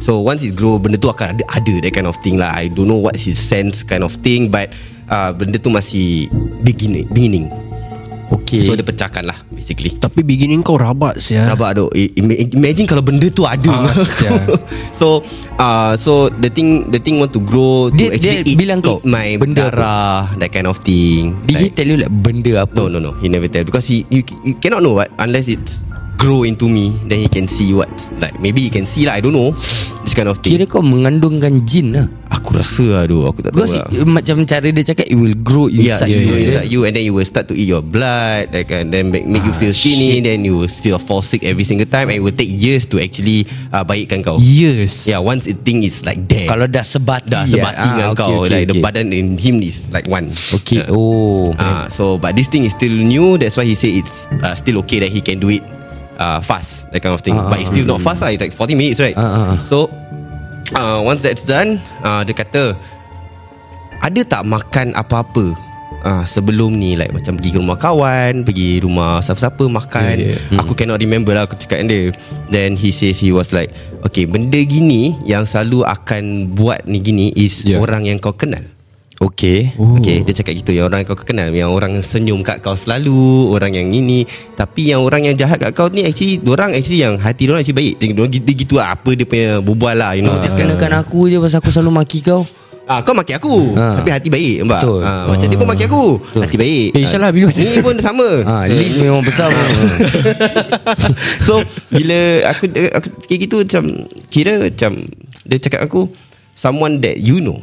Speaker 4: So once it grow Benda tu akan ada, ada That kind of thing lah I don't know what's his sense Kind of thing But uh, Benda tu masih Beginning Beginning
Speaker 3: Okay Ah.
Speaker 4: So dia pecahkan lah Basically
Speaker 6: Tapi beginning kau rabat sial
Speaker 4: Rabak tu I- ima- Imagine kalau benda tu ada
Speaker 6: Ah, sia.
Speaker 4: So uh, So the thing The thing want to grow
Speaker 3: Dia-
Speaker 4: to actually
Speaker 3: dia
Speaker 4: eat,
Speaker 3: bilang kau
Speaker 4: eat My
Speaker 3: benda
Speaker 4: benda darah That kind of thing
Speaker 3: Did he
Speaker 4: like,
Speaker 3: tell you like Benda apa
Speaker 4: No no no He never tell Because he you, you cannot know what Unless it's Grow into me Then he can see what Like maybe he can see lah I don't know This kind of
Speaker 3: Kira
Speaker 4: thing
Speaker 3: kau mengandungkan jin lah
Speaker 4: Aku rasa aduh Aku tak tahu
Speaker 3: Because
Speaker 4: lah
Speaker 3: it- macam cara dia cakap It will grow
Speaker 4: Yeah,
Speaker 3: inside you
Speaker 4: yeah,
Speaker 3: eh?
Speaker 4: yeah,
Speaker 3: yeah.
Speaker 4: inside you and then you will start to eat your blood like and then make, make you feel skinny then you will feel fall sick every single time and it will take years to actually uh, baikkan kau.
Speaker 6: Yes
Speaker 4: Yeah, once a thing is like there.
Speaker 3: Kalau dah sebati
Speaker 4: dah
Speaker 3: ya.
Speaker 4: sebati dengan
Speaker 3: okay,
Speaker 4: kau,
Speaker 3: okay,
Speaker 4: like the
Speaker 3: okay.
Speaker 4: badan in him is like one.
Speaker 3: Okay
Speaker 4: Yeah.
Speaker 3: oh
Speaker 4: Ah, so but this thing is still new. That's why he say it's uh, still okay that he can do it uh, fast, that kind of thing. but it's still not fast lah. It's like 40 minutes, right?
Speaker 3: Ah, ah, ah.
Speaker 4: So uh, once that's done, uh, dia kata ada tak makan apa-apa uh, sebelum ni like macam pergi rumah kawan, pergi rumah siapa-siapa makan.
Speaker 6: Yeah,
Speaker 4: Yeah,
Speaker 6: yeah.
Speaker 4: yeah. Aku cannot remember lah aku cakap dengan dia. Then he says he was like, okay benda gini yang selalu akan buat ni gini is
Speaker 6: Yeah.
Speaker 4: yeah. orang yang kau kenal.
Speaker 3: Okay
Speaker 4: Okay dia cakap gitu Yang orang yang kau kenal Yang orang yang senyum kat kau selalu Orang yang ini Tapi yang orang yang jahat kat kau ni Actually Diorang actually yang Hati diorang actually baik Dia diorang gitu, gitu lah Apa dia punya berbual lah You
Speaker 3: Ah.
Speaker 4: know
Speaker 3: Just kenakan aku je Pasal aku selalu maki kau
Speaker 4: Ah, kau maki aku
Speaker 3: Ah.
Speaker 4: Tapi hati baik nampak?
Speaker 3: Betul.
Speaker 4: Ah, Macam dia pun maki aku Hati baik
Speaker 6: Eh, Syah lah, bingung.
Speaker 4: Ni pun sama
Speaker 3: Ah, List memang besar
Speaker 4: So Bila aku Aku fikir gitu macam Kira macam Dia cakap aku Someone that you know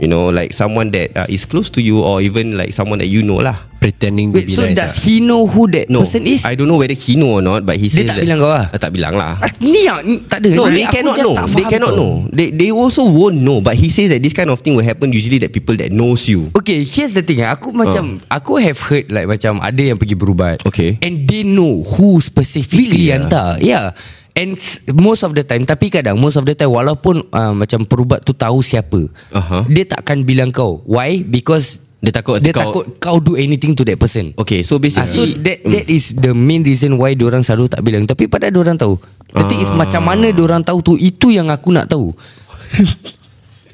Speaker 4: You know like Someone that uh, is close to you Or even like Someone that you know lah
Speaker 6: Pretending to
Speaker 3: Wait
Speaker 6: be
Speaker 3: so
Speaker 6: nice
Speaker 3: does
Speaker 6: lah.
Speaker 3: he know who that
Speaker 4: No
Speaker 3: person is?
Speaker 4: I don't know whether he know or not But he
Speaker 3: Dia
Speaker 4: says
Speaker 3: tak
Speaker 4: that-
Speaker 3: bilang kau lah?
Speaker 4: Ah, Tak bilang lah
Speaker 3: Ah, Ni yang ni, Tak ada
Speaker 4: No,
Speaker 3: Ni
Speaker 4: they
Speaker 3: aku
Speaker 4: cannot
Speaker 3: just
Speaker 4: know.
Speaker 3: tak
Speaker 4: They
Speaker 3: faham
Speaker 4: cannot
Speaker 3: tau.
Speaker 4: know. They they also won't know. But he says that this kind of thing will happen usually that people that knows you.
Speaker 3: Okay here's the thing eh. Aku
Speaker 4: Ah.
Speaker 3: macam Aku have heard like Macam ada yang pergi berubat
Speaker 4: Okay.
Speaker 3: And they know Who specifically
Speaker 4: Really, ah?
Speaker 3: hantar Yeah And s- most of the time Tapi kadang most of the time Walaupun uh, macam perubat tu tahu siapa
Speaker 4: Aha.
Speaker 3: Dia takkan bilang kau Why? Because
Speaker 4: Dia takut
Speaker 3: Dia
Speaker 4: kau-
Speaker 3: takut kau do anything to that person
Speaker 4: Okay,
Speaker 3: Ah,
Speaker 4: so
Speaker 3: so
Speaker 4: basically
Speaker 3: that that is the main reason why orang selalu tak bilang tapi pada orang tahu. The thing
Speaker 4: Ah.
Speaker 3: is macam mana orang tahu tu itu yang aku nak tahu.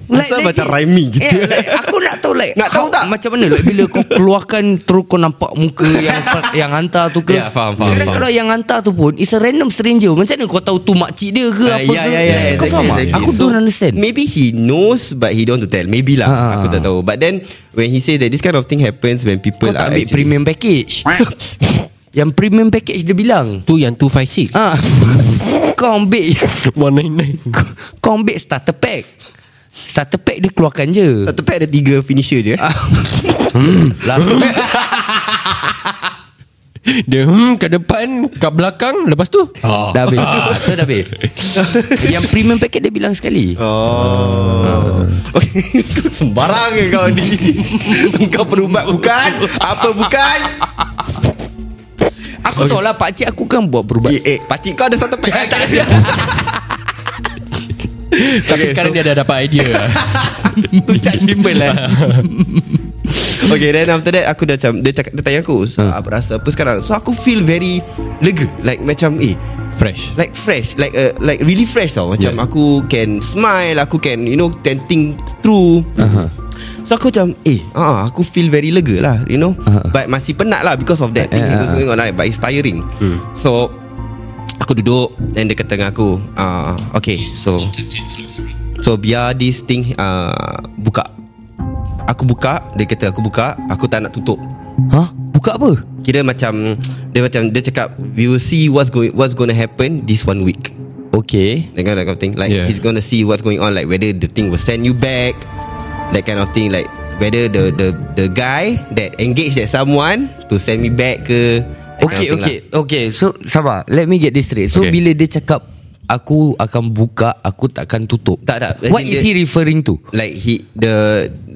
Speaker 4: Asal macam rhyming gitu.
Speaker 3: Yeah, like, aku nak tahu like
Speaker 4: Nak tahu tak?
Speaker 3: Macam mana like, Bila kau keluarkan Terus kau nampak muka Yang yang hantar tu ke
Speaker 4: Ya, faham, faham,
Speaker 3: Kadang
Speaker 4: faham.
Speaker 3: kalau yang hantar tu pun It's a random stranger Macam mana kau tahu tu makcik dia ke
Speaker 4: Ah,
Speaker 3: Apa
Speaker 4: yeah,
Speaker 3: ke
Speaker 4: yeah, yeah,
Speaker 3: Kau
Speaker 4: exactly,
Speaker 3: faham tak?
Speaker 4: exactly.
Speaker 3: Aku
Speaker 4: So,
Speaker 3: don't understand
Speaker 4: Maybe he knows but he don't want to tell. Maybe lah.
Speaker 3: Ah.
Speaker 4: Aku tak tahu. But then when he say that this kind of thing happens when
Speaker 3: Kau
Speaker 4: people
Speaker 3: tak
Speaker 4: are
Speaker 3: ambil
Speaker 4: Lah, actually-
Speaker 3: premium package Yang premium package dia bilang
Speaker 6: Tu yang 256
Speaker 3: Ah, Kau ambil
Speaker 6: 199
Speaker 3: Kau ambil starter pack Starter pack dia keluarkan je
Speaker 4: Tak tepat ada tiga finisher je. eh.
Speaker 3: Ah. Last
Speaker 6: Dia hmm ke depan Ke belakang Lepas tu
Speaker 3: oh.
Speaker 6: Ah.
Speaker 3: Dah habis Tu dah habis Yang premium packet dia bilang sekali
Speaker 4: Oh. Okay. Kau Sembarang ke kau ni. kau perubat bukan? Apa bukan?
Speaker 3: Aku tahu lah pakcik aku kan buat perubat
Speaker 4: Eh, eh pakcik kau ada satu pack. tak ada.
Speaker 6: Tapi
Speaker 4: Okay,
Speaker 6: sekarang dia dah dapat idea lah.
Speaker 4: to charge people lah. okay, then after that aku dah macam dia cakap dia tanya aku, so, apa rasa apa sekarang? So aku feel very lega, like macam eh
Speaker 6: Fresh
Speaker 4: like fresh, like uh, like really fresh tau. Macam
Speaker 6: Yeah.
Speaker 4: yeah. aku can smile, aku can you know can think through. Uh-huh. So aku macam Eh uh, Aku feel very lega lah You know uh-huh. But masih penat lah Because of that thing uh-huh. going on, like, But it's tiring So Aku duduk Then dia kata dengan aku uh, Okay so So biar this thing uh, Buka Aku buka Dia kata aku buka Aku tak nak tutup
Speaker 3: Hah? Buka apa?
Speaker 4: Kira macam Dia macam Dia cakap We will see what's going What's going to happen This one week
Speaker 3: Okay
Speaker 4: That kind of thing Like
Speaker 6: Yeah.
Speaker 4: yeah. he's gonna see What's going on Like whether the thing Will send you back That kind of thing Like whether the The the guy That engaged that someone To send me back ke that kind
Speaker 3: Okay
Speaker 4: of thing lah.
Speaker 3: okay Okay so sabar Let me get this straight So
Speaker 4: Okay.
Speaker 3: bila dia cakap Aku akan buka Aku takkan tutup
Speaker 4: Tak, tak. I
Speaker 3: What is
Speaker 4: think dia-
Speaker 3: he referring to?
Speaker 4: lah. Like he The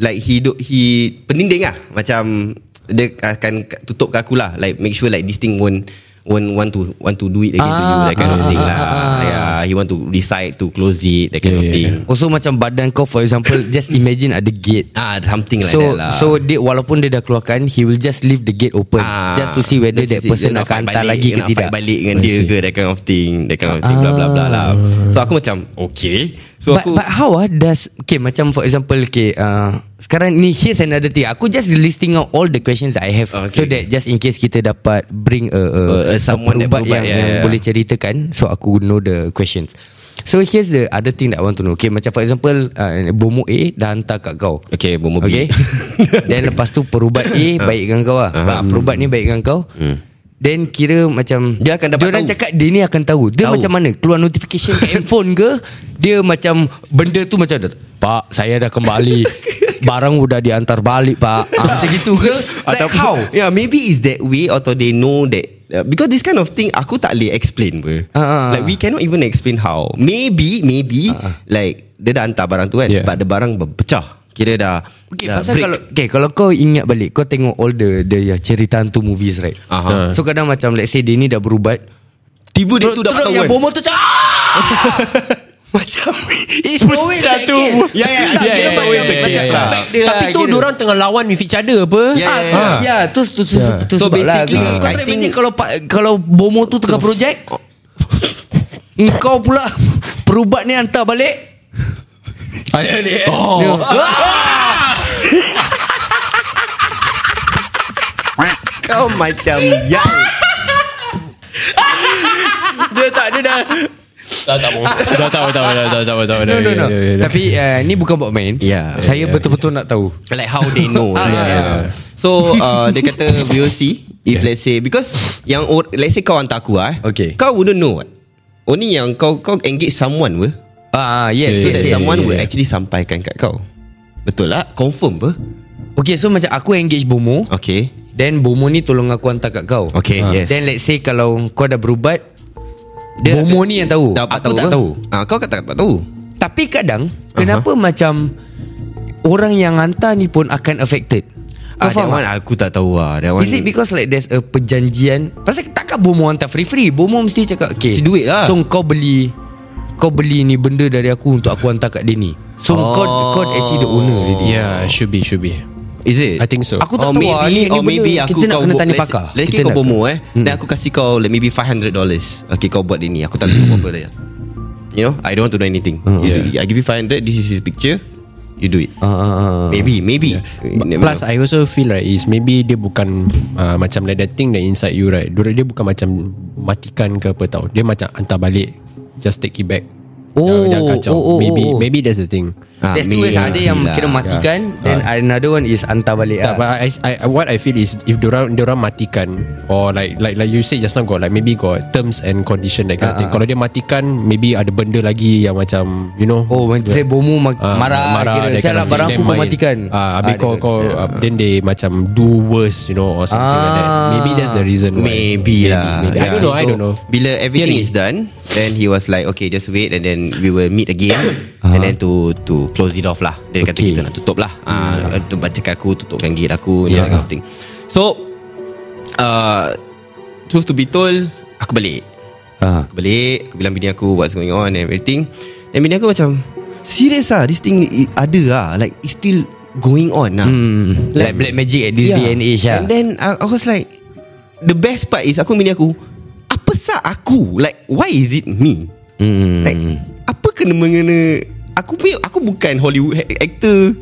Speaker 4: Like he do, He Pending lah Macam Dia akan Tutup ke aku lah Like make sure like This thing won't Won't want to Want to do it again to you
Speaker 3: Ah,
Speaker 4: That kind of
Speaker 3: ah,
Speaker 4: thing
Speaker 3: ah,
Speaker 4: lah
Speaker 3: ah, ah.
Speaker 4: yeah, He want to decide To close it That kind
Speaker 6: Yeah,
Speaker 4: of
Speaker 6: yeah,
Speaker 4: thing
Speaker 3: Also macam badan kau For example Just imagine ada gate
Speaker 4: Ah, something like
Speaker 3: so
Speaker 4: that lah
Speaker 3: so dia walaupun dia dah keluarkan he will just leave the gate open ah,
Speaker 4: Ah,
Speaker 3: just to see whether
Speaker 4: just
Speaker 3: that
Speaker 4: to see
Speaker 3: person
Speaker 4: dia nak
Speaker 3: akan
Speaker 4: fight
Speaker 3: hantar
Speaker 4: balik,
Speaker 3: lagi ke
Speaker 4: nak
Speaker 3: tidak
Speaker 4: fight balik dengan dia ke that kind of thing that kind of thing blah blah blah lah so aku macam okay
Speaker 3: Ah.
Speaker 4: so
Speaker 3: but,
Speaker 4: aku
Speaker 3: but how ah does okay macam for example okay uh, sekarang ni here's another thing aku just listing out all the questions that I have okay.
Speaker 4: Okay.
Speaker 3: so that just in case kita dapat bring a, a,
Speaker 4: Uh, someone that
Speaker 3: perubat
Speaker 4: berubat,
Speaker 3: yang,
Speaker 4: yeah,
Speaker 3: yang
Speaker 4: yeah.
Speaker 3: boleh ceritakan so aku know the questions so here's the other thing that I want to know okay macam for example uh, bomo A dah hantar kat kau
Speaker 4: okay bomo
Speaker 3: Okay Then lepas tu Perubat A
Speaker 4: Ah.
Speaker 3: Baik dengan kau lah uh-huh. Perubat ni baik dengan kau Then kira macam
Speaker 4: Hmm. Dia akan dapat
Speaker 3: Diorang
Speaker 4: tahu.
Speaker 3: cakap Dia ni akan tahu Dia tahu.
Speaker 4: Tahu.
Speaker 3: macam mana Keluar notification kat handphone ke Dia macam Benda tu macam Pak saya dah kembali Barang udah diantar balik pak ah, Macam gitu ke Like
Speaker 4: Ataupun-
Speaker 3: how
Speaker 4: yeah maybe it's that way atau they know that uh, because this kind of thing aku tak boleh explain pun
Speaker 3: Ah, ah, ah.
Speaker 4: like we cannot even explain how maybe maybe like dia dah hantar barang tu kan
Speaker 6: Yeah.
Speaker 4: but the barang berpecah kira dah
Speaker 3: Okay,
Speaker 4: dah
Speaker 3: pasal
Speaker 4: Ya, break.
Speaker 3: kalau okay, kalau kau ingat balik kau tengok all the the ya, cerita hantu movies right.
Speaker 4: Aha.
Speaker 3: So kadang macam let's say dia ni dah berubat
Speaker 4: tiba dia tu dapat
Speaker 3: Terus
Speaker 4: tahu
Speaker 3: yang
Speaker 4: kan
Speaker 3: bomo tu macam "Ah!" Macam It's no way that
Speaker 6: Satu
Speaker 3: case.
Speaker 4: Ya, ya,
Speaker 3: Tak, kira
Speaker 4: ya, ya,
Speaker 3: macam-
Speaker 4: ya, ya,
Speaker 3: macam
Speaker 4: ya.
Speaker 3: effect dia
Speaker 6: Tapi
Speaker 3: lah,
Speaker 6: tu
Speaker 3: kira.
Speaker 6: Diorang tengah lawan with each other apa
Speaker 4: Ya, ya,
Speaker 3: Ah,
Speaker 4: ya.
Speaker 3: Ya tu tu tu, yeah. tu
Speaker 4: So
Speaker 3: sebab lah
Speaker 4: basically,
Speaker 3: Kau
Speaker 4: I
Speaker 3: tak
Speaker 4: think-
Speaker 3: imagine kalau pa- kalau bomo tu tengah projek Engkau pula perubat ni hantar balik
Speaker 6: Ada ni Oh
Speaker 4: Kau macam ya. yang
Speaker 3: Dia tak ada dah
Speaker 6: Tak tak mau Dah tak mau tak mau Tak tak mau tak
Speaker 3: No no no Tapi uh, ni bukan buat main
Speaker 4: Ya.
Speaker 3: Saya betul-betul nak tahu
Speaker 4: Like how they know
Speaker 3: Ah,
Speaker 4: yeah,
Speaker 3: yeah,
Speaker 4: yeah. So uh, Dia kata We'll see If let's say Because yang or- Let's say kau hantar aku ah, eh,
Speaker 3: Okay.
Speaker 4: Kau wouldn't know what Only yang kau Kau engage someone we
Speaker 3: Ah yes,
Speaker 4: So
Speaker 3: yes,
Speaker 4: that
Speaker 3: yes,
Speaker 4: someone
Speaker 3: yes,
Speaker 4: will
Speaker 3: yes.
Speaker 4: actually Sampaikan kat kau Betul lah Confirm apa
Speaker 3: Okay so macam aku engage bomo
Speaker 4: Okay
Speaker 3: Then bomo ni tolong aku hantar kat kau
Speaker 4: Okay,
Speaker 3: Ah.
Speaker 4: yes.
Speaker 3: Then let's say kalau kau dah berubat Bomo ni yang tahu
Speaker 4: dapat
Speaker 3: Aku tak
Speaker 4: apa?
Speaker 3: tahu
Speaker 4: Ah, Kau kata tak tahu
Speaker 3: Tapi kadang Kenapa macam Orang yang hantar ni pun Akan affected Kau
Speaker 4: Ah, that
Speaker 3: faham
Speaker 4: one
Speaker 3: tak?
Speaker 4: aku tak tahu lah That one
Speaker 3: Is it because like There's a perjanjian Pasal takkan bomo hantar free-free Bomo mesti cakap Okay
Speaker 4: Mesti duit lah.
Speaker 3: So kau beli Kau beli ni benda dari aku Untuk aku hantar kat dia ni So
Speaker 4: Oh. Ya.
Speaker 3: kau Kau actually the owner
Speaker 6: Oh.
Speaker 3: already
Speaker 6: Yeah should be should be
Speaker 4: Is it
Speaker 6: I think so
Speaker 3: Aku tak
Speaker 4: or
Speaker 3: tahu
Speaker 4: maybe,
Speaker 3: lah, ni- ni benda
Speaker 4: Or ah. oh, maybe aku
Speaker 3: kita nak
Speaker 4: kau
Speaker 3: kena
Speaker 4: buat-
Speaker 3: tanya
Speaker 4: let's-
Speaker 3: pakar.
Speaker 4: Let's
Speaker 3: Kita
Speaker 4: say kau
Speaker 3: nak-
Speaker 4: bomo eh Then aku kasih kau like, Maybe $500 Okay kau buat ini Aku tak tahu apa dia You know I don't want to do anything
Speaker 3: Uh-huh.
Speaker 4: you do, I give you 500 This is his picture You do it
Speaker 3: Ah, ah, ah.
Speaker 4: Maybe Maybe Never
Speaker 6: Plus
Speaker 4: know.
Speaker 6: I also feel like Is maybe dia bukan uh, Macam like that thing That inside you right Dia, dia bukan macam Matikan ke apa tau Dia macam hantar balik Just take it back
Speaker 3: Oh,
Speaker 6: jangan, jangan kacau.
Speaker 3: oh, oh,
Speaker 6: maybe
Speaker 3: oh, oh.
Speaker 6: maybe that's the thing.
Speaker 4: Ah,
Speaker 3: There's two is
Speaker 4: maybe
Speaker 3: ada yang
Speaker 4: lah.
Speaker 3: kena matikan
Speaker 6: Yeah.
Speaker 3: Then
Speaker 6: Ah.
Speaker 3: another one is hantar balik
Speaker 6: Tak,
Speaker 3: lah.
Speaker 6: but I, I, I- what I feel is if diorang diorang matikan or like like like you said just now got like maybe got terms and condition that
Speaker 3: Uh,
Speaker 6: kind of thing. Kalau dia matikan, maybe ada benda lagi yang macam you know.
Speaker 3: Oh macam saya bomo ma-
Speaker 6: ah,
Speaker 3: marah, marah kira,
Speaker 6: that
Speaker 3: Saya
Speaker 6: kind
Speaker 3: lah
Speaker 6: of
Speaker 3: barang aku
Speaker 6: thing. Then
Speaker 3: kau
Speaker 6: main.
Speaker 3: matikan
Speaker 6: Ah, habis kau
Speaker 3: dia-
Speaker 6: kau uh, then they macam do worse you know or something like that.
Speaker 3: Ah.
Speaker 6: Maybe that's the reason. why.
Speaker 4: Maybe lah
Speaker 6: maybe. I don't know. I don't know.
Speaker 4: Bila everything is
Speaker 6: Theory.
Speaker 4: done Then he was like Okay just wait And then we will meet again And then to to close it off lah Dia kata
Speaker 6: Uh-huh. Okay.
Speaker 4: kita nak tutup lah Ah, Tu baca aku Tutupkan gate aku You
Speaker 6: Yeah.
Speaker 4: know that kind of thing So uh, Truth to be told Aku balik
Speaker 3: Ah.
Speaker 4: Aku balik Aku bilang bini aku What's going on and everything Then bini aku macam Serious lah This thing i- ada lah Like it's still Going on lah
Speaker 3: Hmm, like, black magic at this day and age lah
Speaker 4: Ya. And then uh, I, I was like The best part is Aku bini aku Apa sah aku Like why is it me
Speaker 3: Hmm.
Speaker 4: Like Apa kena mengena Aku punya Aku bukan Hollywood ha- actor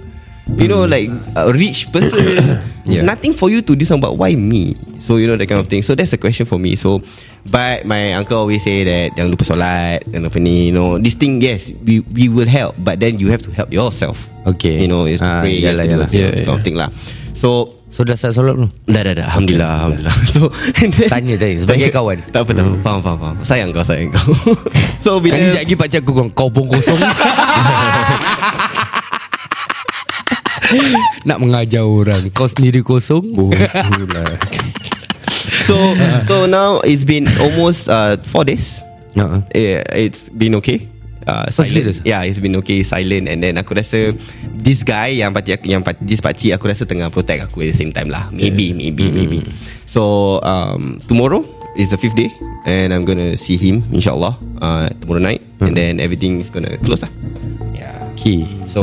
Speaker 4: You
Speaker 3: Hmm.
Speaker 4: know like a Rich person
Speaker 6: Yeah.
Speaker 4: Nothing for you to do something But why me So you know that kind of thing So that's the question for me So But my uncle always say that Jangan lupa solat Jangan lupa ni You know This thing yes We we will help But then you have to help yourself
Speaker 3: Okay.
Speaker 4: You know It's
Speaker 3: Ah,
Speaker 4: to pray
Speaker 3: yalah,
Speaker 4: You have to do
Speaker 3: yalah.
Speaker 4: the
Speaker 6: Yeah,
Speaker 4: kind of thing lah So
Speaker 3: So dah start solat belum?
Speaker 4: Dah dah dah Alhamdulillah Alhamdulillah So and then,
Speaker 3: Tanya, tanya, sebagai kawan. Hmm.
Speaker 4: Tak apa tak apa Faham faham faham Sayang kau sayang kau So bila
Speaker 3: Kali sekejap lagi pakcik aku kau, kau pun kosong Nak mengajar orang Kau sendiri kosong
Speaker 6: lah.
Speaker 4: So so now It's been almost uh, Four days
Speaker 3: uh
Speaker 4: yeah, It's been okay Uh,
Speaker 3: Oh, serious?
Speaker 4: silent. Yeah, it's been okay silent and then aku rasa this guy yang pakcik aku yang pak, this pakcik aku rasa tengah protect aku at the same time lah. Maybe, maybe, maybe. So um, tomorrow is the fifth day and I'm gonna see him inshallah uh, tomorrow night and then everything is gonna close lah. Yeah.
Speaker 3: Okay
Speaker 4: So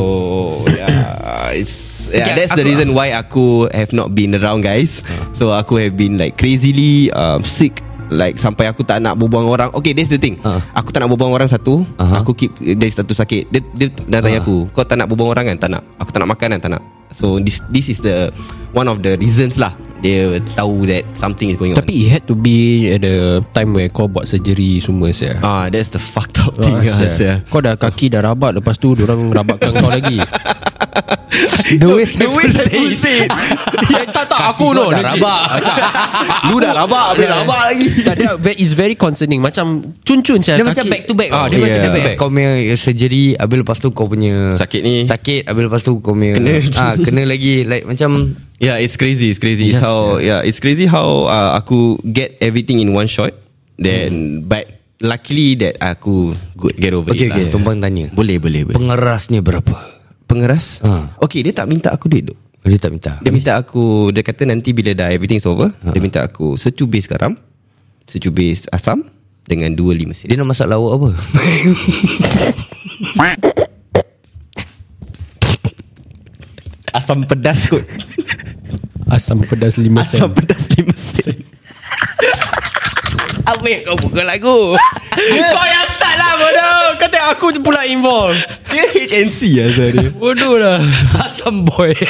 Speaker 4: yeah, it's yeah,
Speaker 3: Okay,
Speaker 4: that's the
Speaker 3: aku-
Speaker 4: reason why aku have not been around guys. So aku have been like crazily um, sick like sampai aku tak nak berbual dengan orang. Okay, that's the thing.
Speaker 3: Ah.
Speaker 4: Aku tak nak berbual dengan orang satu.
Speaker 3: Aha.
Speaker 4: Aku keep dari satu sakit. Dia dia dah tanya aku, kau tak nak berbual dengan orang kan? Tak nak. Aku tak nak makan kan? Tak nak. So this this is the one of the reasons lah. Dia tahu that something is going on.
Speaker 6: Tapi it had to be at the time where kau buat surgery semua saya.
Speaker 4: ah that's the fucked
Speaker 6: Oh,
Speaker 4: up thing. ah, sia.
Speaker 6: Kau dah kaki dah rabat Lepas tu orang rabatkan kau lagi
Speaker 3: The way
Speaker 4: The way that you say it
Speaker 6: Eh, tak tak aku
Speaker 3: kau
Speaker 6: no
Speaker 3: dah
Speaker 6: legit.
Speaker 3: rabak.
Speaker 6: Ah, tak.
Speaker 4: Lu dah rabak Boleh rabak lagi
Speaker 6: Tak dia ve- It's very concerning Macam cun-cun saya
Speaker 3: Dia macam back to back tau.
Speaker 6: ah, Dia
Speaker 4: Yeah.
Speaker 6: macam
Speaker 3: Dia
Speaker 6: back to
Speaker 3: back.
Speaker 6: back
Speaker 3: Kau punya surgery Habis lepas tu kau punya
Speaker 4: Sakit ni.
Speaker 3: Sakit Habis lepas tu kau punya
Speaker 4: Kena lagi.
Speaker 3: ah, Kena lagi Like macam
Speaker 4: Yeah, it's crazy. It's crazy. It's how yeah. it's crazy how uh, aku get everything in one shot. Then but luckily that aku good get over
Speaker 3: Okay
Speaker 4: it.
Speaker 3: okay
Speaker 4: lah.
Speaker 3: Tumpang tanya
Speaker 4: Boleh boleh boleh. Ha.
Speaker 3: Pengerasnya berapa?
Speaker 4: Pengeras?
Speaker 3: Ah.
Speaker 4: Okay, dia tak minta aku duit. Dok.
Speaker 3: Dia tak minta
Speaker 4: Dia minta aku dia Ha. kata nanti bila dah everything's over, dia minta aku secubis garam, secubis asam, dengan 2.5 sen.
Speaker 3: Dia nak masak lawak apa?
Speaker 4: Asam pedas kot.
Speaker 6: Asam pedas 5 sen
Speaker 4: Asam pedas 5 sen.
Speaker 3: Amir kau bukan lagu Kau yang start lah bodoh Kau tengok aku pula involve
Speaker 4: Dia HNC lah Ah. sebenarnya.
Speaker 3: Bodoh lah Asam boy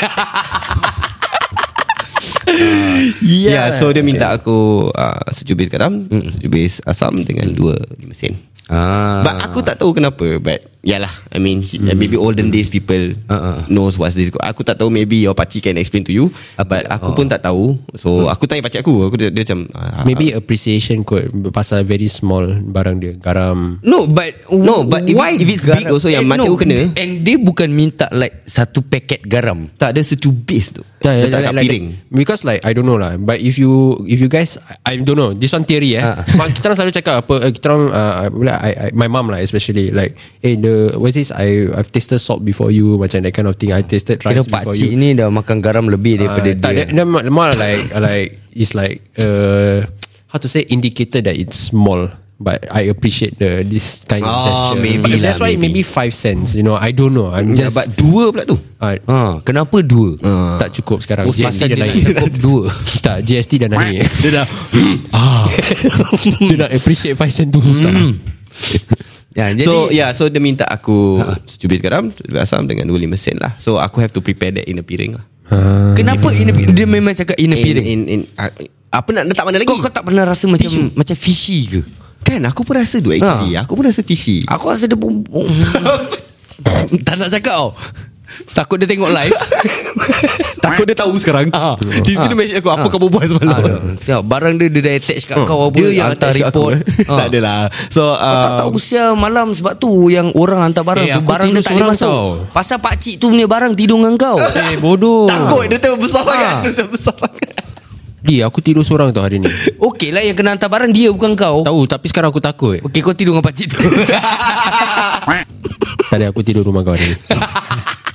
Speaker 4: Yeah, yeah Ya, so dia minta aku uh, sejubis garam, mm. sejubis asam dengan mm. 2.5 sen.
Speaker 3: ah.
Speaker 4: But aku tak tahu kenapa But Yalah I mean mm. Maybe olden days people
Speaker 3: Ah, ah.
Speaker 4: uh, Knows what's this Aku tak tahu Maybe your pakcik can explain to you
Speaker 3: Apa
Speaker 4: Apa But
Speaker 3: dia?
Speaker 4: aku pun tak tahu So aku tanya pakcik aku Aku dia, dia macam ah,
Speaker 6: Maybe appreciation kot Pasal very small Barang dia Garam
Speaker 3: No but Eh,
Speaker 4: No, but if- if it's big also yang macam aku kena.
Speaker 3: And dia bukan minta like Satu paket garam
Speaker 4: Tak ada secubis tu
Speaker 6: Tak,
Speaker 4: Letak kat
Speaker 6: like, Ya, like,
Speaker 4: piring
Speaker 6: like, Because like I don't know lah But if you If you guys I I don't know This one theory eh
Speaker 3: Ah.
Speaker 6: Mak Kita orang selalu cakap apa eh, Kita orang uh, I- I, I, My mom lah especially Like Eh the What's this I, I've tasted salt before you Macam that kind of thing I tasted
Speaker 3: Kira
Speaker 6: rice before
Speaker 3: pakcik
Speaker 6: you
Speaker 3: ni dah makan garam lebih
Speaker 6: Ah,
Speaker 3: daripada
Speaker 6: tak,
Speaker 3: dia
Speaker 6: dia, dia more more like like it's like uh, how to say indicator that it's small but I appreciate the this kind of
Speaker 4: Ah,
Speaker 6: gesture.
Speaker 4: maybe
Speaker 6: but
Speaker 4: lah,
Speaker 6: that's why
Speaker 4: maybe.
Speaker 6: maybe five cents. You know, I don't know. I'm
Speaker 4: yeah,
Speaker 6: just
Speaker 4: But dua pula tu
Speaker 6: uh,
Speaker 3: Ha, kenapa dua?
Speaker 6: tak cukup
Speaker 4: Oh,
Speaker 6: sekarang.
Speaker 3: Pasal dia
Speaker 6: GST dah
Speaker 3: nak
Speaker 6: naik.
Speaker 3: cukup dua
Speaker 6: tak GST dah naik. dia dah ah. dia nak appreciate five cent tu susah.
Speaker 4: Hmm.
Speaker 3: ya, jadi,
Speaker 4: So yeah So dia minta aku Secubis garam Secubis asam Dengan 2.5 sen lah So aku have to prepare that In a piring lah
Speaker 3: Kenapa in a, Dia memang cakap in a
Speaker 4: Hmm. In,
Speaker 3: piring
Speaker 4: in, in, uh, Apa nak letak mana lagi
Speaker 3: Kau, kau tak pernah rasa macam
Speaker 4: Tissue.
Speaker 3: Macam fishy ke?
Speaker 4: Kan aku pun rasa dua actually Aku pun rasa fishy
Speaker 3: Aku rasa dia pun Tak nak cakap tau Takut dia tengok live
Speaker 4: Takut dia tahu sekarang
Speaker 3: Ah.
Speaker 4: Tiba-tiba Ha. dia message aku Apa kau berbual
Speaker 3: Ah,
Speaker 4: semalam
Speaker 3: Siap barang dia Dia dah attach kat kau apa
Speaker 4: Hmm. Dia yang
Speaker 3: Hantar
Speaker 4: attach kat aku. eh.
Speaker 3: report Ah.
Speaker 4: Ha. Tak adalah So uh,
Speaker 3: Kau tak tahu usia malam Sebab tu yang orang hantar barang
Speaker 6: Eh,
Speaker 3: tu
Speaker 6: aku
Speaker 3: Barang dia
Speaker 6: tidur
Speaker 3: tak boleh
Speaker 6: seorang
Speaker 3: masuk
Speaker 6: tau.
Speaker 3: Pasal pakcik tu punya barang Tidur dengan kau
Speaker 6: eh bodoh.
Speaker 4: Takut dia terbesar sangat
Speaker 3: Ah.
Speaker 4: Dia terbesar sangat
Speaker 3: lah,
Speaker 6: Di aku tidur seorang tau hari ni.
Speaker 3: Okey lah yang kena hantar barang Dia bukan kau
Speaker 6: Tahu tapi sekarang aku takut.
Speaker 3: Okey kau tidur dengan pakcik tu
Speaker 6: Tadi aku tidur rumah kau hari ni.